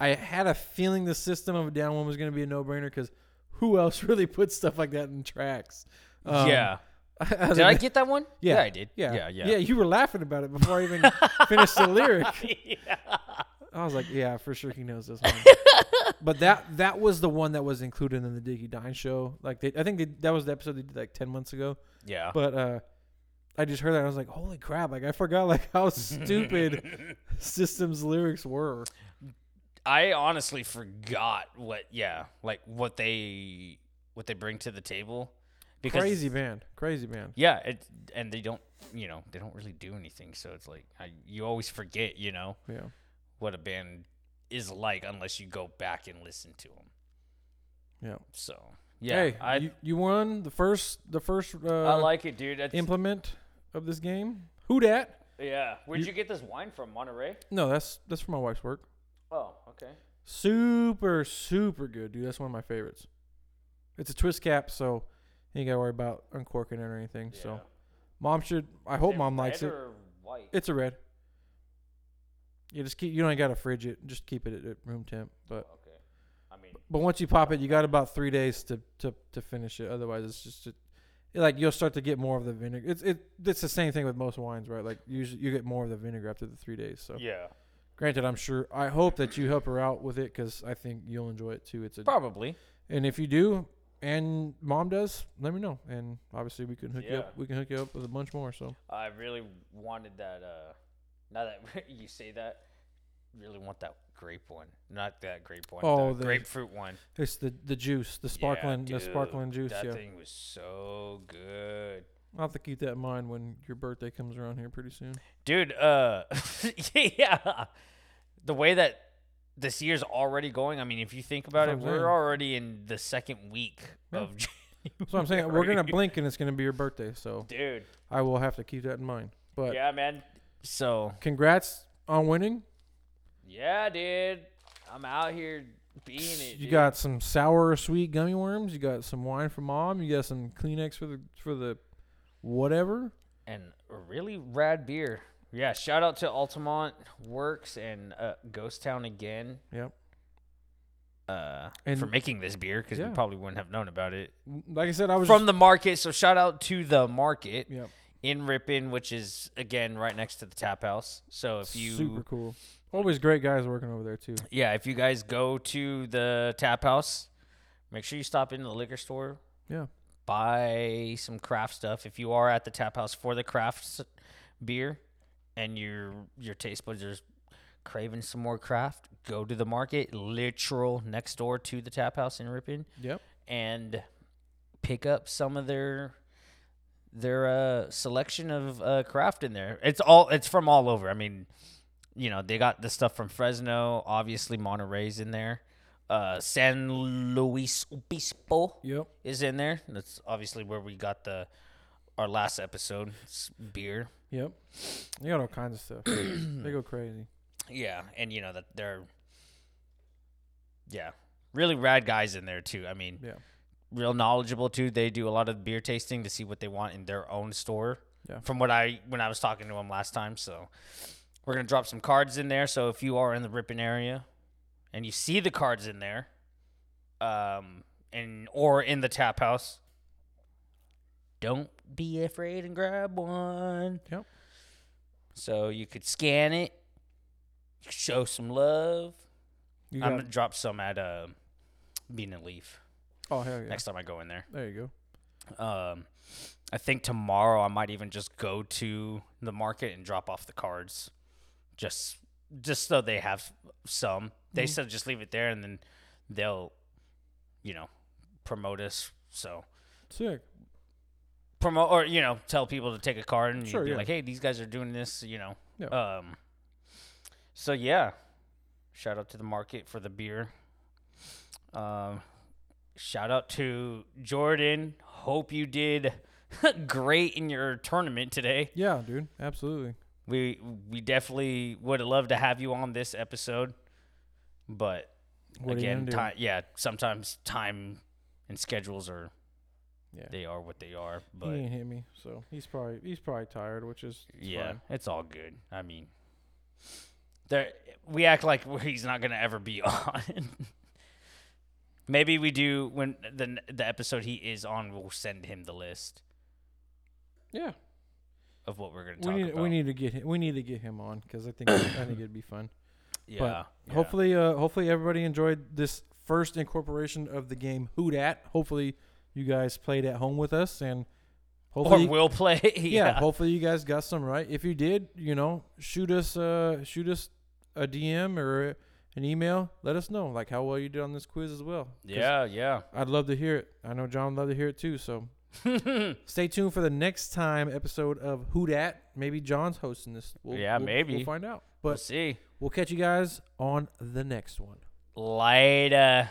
Speaker 2: I had a feeling the system of a down one was going to be a no brainer because who else really puts stuff like that in tracks? Um,
Speaker 1: yeah.
Speaker 2: other
Speaker 1: Did I
Speaker 2: than-
Speaker 1: get that one?
Speaker 2: Yeah.
Speaker 1: I did.
Speaker 2: yeah,
Speaker 1: yeah, yeah.
Speaker 2: yeah. You were laughing about it before I even finished the lyric. I was like, yeah, for sure he knows this one. but that that was the one that was included in the Diggy Dine show. Like they, I think they, that was the episode they did like ten months ago.
Speaker 1: Yeah.
Speaker 2: But uh I just heard that and I was like, holy crap! Like I forgot like how stupid System's lyrics were.
Speaker 1: I honestly forgot what yeah, like what they what they bring to the table because
Speaker 2: Crazy band, crazy band.
Speaker 1: yeah, it and they don't, you know, they don't really do anything, so it's like I, you always forget, you know,
Speaker 2: Yeah,
Speaker 1: what a band is like unless you go back and listen to them.
Speaker 2: yeah.
Speaker 1: So, yeah,
Speaker 2: hey,
Speaker 1: I
Speaker 2: you, you won the first the first uh,
Speaker 1: I like it, dude. That's,
Speaker 2: implement of this game. Who dat?
Speaker 1: yeah. Where'd
Speaker 2: you-
Speaker 1: you, get this wine from? Monterey?
Speaker 2: No, that's that's for my wife's work.
Speaker 1: Oh, okay.
Speaker 2: Super, super good, dude. That's one of my favorites. It's a twist cap, so you ain't gotta worry about uncorking it or anything. So mom should. I hope mom likes it.
Speaker 1: White?
Speaker 2: It's a red. You just keep. You don't gotta fridge it. Just keep it at, at room temp. But
Speaker 1: okay. I mean,
Speaker 2: but once you pop it, you got about three days to to, to finish it. Otherwise, it's just a, like you'll start to get more of the vinegar. It's it. It's the same thing with most wines, right? Like usually you get more of the vinegar after the three days. So
Speaker 1: yeah.
Speaker 2: granted, I'm sure. I hope that you help her out with it because I think you'll enjoy it too. It's a
Speaker 1: Probably.
Speaker 2: And if you do, and mom does, let me know. And obviously, we can hook you
Speaker 1: Yeah.
Speaker 2: up. We can hook you up with a bunch more. So
Speaker 1: I really wanted that. Uh, now that you say that, really want that grape one. Not that grape one.
Speaker 2: Oh,
Speaker 1: the,
Speaker 2: the-
Speaker 1: grapefruit one.
Speaker 2: it's the the juice, the sparkling,
Speaker 1: Yeah,
Speaker 2: the sparkling
Speaker 1: dude,
Speaker 2: juice.
Speaker 1: That
Speaker 2: yeah,
Speaker 1: thing was so good,
Speaker 2: I'll have to keep that in mind when your birthday comes around here pretty soon.
Speaker 1: dude. Uh, yeah. The way that this year's already going. I mean, if you think about
Speaker 2: That's
Speaker 1: it,
Speaker 2: what I'm
Speaker 1: we're
Speaker 2: saying.
Speaker 1: already in the second week
Speaker 2: Yeah.
Speaker 1: of.
Speaker 2: That's what I'm saying. We're gonna blink, and it's gonna be your birthday. So
Speaker 1: Dude.
Speaker 2: I will have to keep that in mind. But
Speaker 1: Yeah, man. So
Speaker 2: congrats on winning.
Speaker 1: yeah, dude. I'm out here being it.
Speaker 2: You
Speaker 1: dude.
Speaker 2: got some sour sweet gummy worms. You got some wine for mom. You got some Kleenex for the for the whatever.
Speaker 1: and a really rad beer. Yeah, shout out to Altamont Works and uh, Ghost Town again
Speaker 2: Yep.
Speaker 1: uh, for
Speaker 2: And-
Speaker 1: making this beer because
Speaker 2: yeah.
Speaker 1: we probably wouldn't have known about it
Speaker 2: Like I said, I was
Speaker 1: from the market. So shout out to the market
Speaker 2: Yep.
Speaker 1: in Ripon, which is again right next to the tap house. So if you
Speaker 2: super cool. Always great guys working over there too.
Speaker 1: yeah, if you guys go to the tap house, make sure you stop into the liquor store,
Speaker 2: Yeah.
Speaker 1: buy some craft stuff. If you are at the tap house for the crafts beer and your your taste buds are craving some more craft, go to the market, literal next door to the tap house in Ripon,
Speaker 2: Yep.
Speaker 1: and pick up some of their their uh, selection of uh, craft in there. It's all it's from all over. I mean, you know, they got the stuff from Fresno, obviously Monterey's in there. Uh, San Luis Obispo
Speaker 2: Yep.
Speaker 1: is in there. That's obviously where we got the our last episode s- beer.
Speaker 2: Yep. They got all kinds of stuff. they go crazy.
Speaker 1: Yeah, and you know that they're yeah, really rad guys in there too. I mean,
Speaker 2: Yeah.
Speaker 1: real knowledgeable too. They do a lot of beer tasting to see what they want in their own store.
Speaker 2: Yeah.
Speaker 1: From what I when I was talking to them last time, so we're gonna drop some cards in there. So if you are in the Ripon area and you see the cards in there, um, and or in the tap house, don't be afraid and grab one.
Speaker 2: Yep.
Speaker 1: So you could scan it, show some love.
Speaker 2: You
Speaker 1: I'm
Speaker 2: got,
Speaker 1: gonna drop some at uh, Bean and Leaf
Speaker 2: oh hell yeah.
Speaker 1: next time I go in there.
Speaker 2: There you go.
Speaker 1: Um, I think tomorrow I might even just go to the market and drop off the cards, just just so they have some. They
Speaker 2: Mhm.
Speaker 1: said just leave it there and then they'll, you know, promote us. So
Speaker 2: Sick.
Speaker 1: promote or you know tell people to take a card and
Speaker 2: Sure,
Speaker 1: you'd be
Speaker 2: yeah.
Speaker 1: like, hey, these guys are doing this. You know.
Speaker 2: Yeah.
Speaker 1: Um. So yeah, shout out to the market for the beer. Um, shout out to Jordan. Hope you did great in your tournament today.
Speaker 2: Yeah, dude. Absolutely.
Speaker 1: We we definitely would have loved to have you on this episode, but
Speaker 2: What are you
Speaker 1: again,
Speaker 2: gonna do?
Speaker 1: time, yeah, sometimes time and schedules are
Speaker 2: Yeah.
Speaker 1: they are what they are. But
Speaker 2: he ain't hit me, so he's probably he's probably tired, which is it's
Speaker 1: yeah,
Speaker 2: fine.
Speaker 1: it's all good. I mean, there we act like we're- he's not gonna ever be on. Maybe we do when the n- the episode he is on. We'll send him the list
Speaker 2: Yeah,
Speaker 1: of what we're gonna
Speaker 2: we
Speaker 1: talk
Speaker 2: need
Speaker 1: about.
Speaker 2: we need to get him, we need to get him on because I think I think it'd be fun.
Speaker 1: yeah, yeah.
Speaker 2: Hopefully, uh, hopefully everybody enjoyed this first incorporation of the game Who Dat. Hopefully, you guys played at home with us, and hopefully,
Speaker 1: or will play.
Speaker 2: yeah,
Speaker 1: yeah,
Speaker 2: hopefully you guys got some right. If you did, you know, shoot us, uh, shoot us a DM or an email. Let us know like how well you did on this quiz as well. 'Cause
Speaker 1: yeah, yeah.
Speaker 2: I'd love to hear it. I know John would love to hear it too. So stay tuned for the next time episode of Who Dat. Maybe John's hosting this. We'll,
Speaker 1: Yeah,
Speaker 2: we'll-
Speaker 1: maybe.
Speaker 2: we'll find out.
Speaker 1: we'll
Speaker 2: But
Speaker 1: see.
Speaker 2: we'll catch you guys on the next one.
Speaker 1: Later.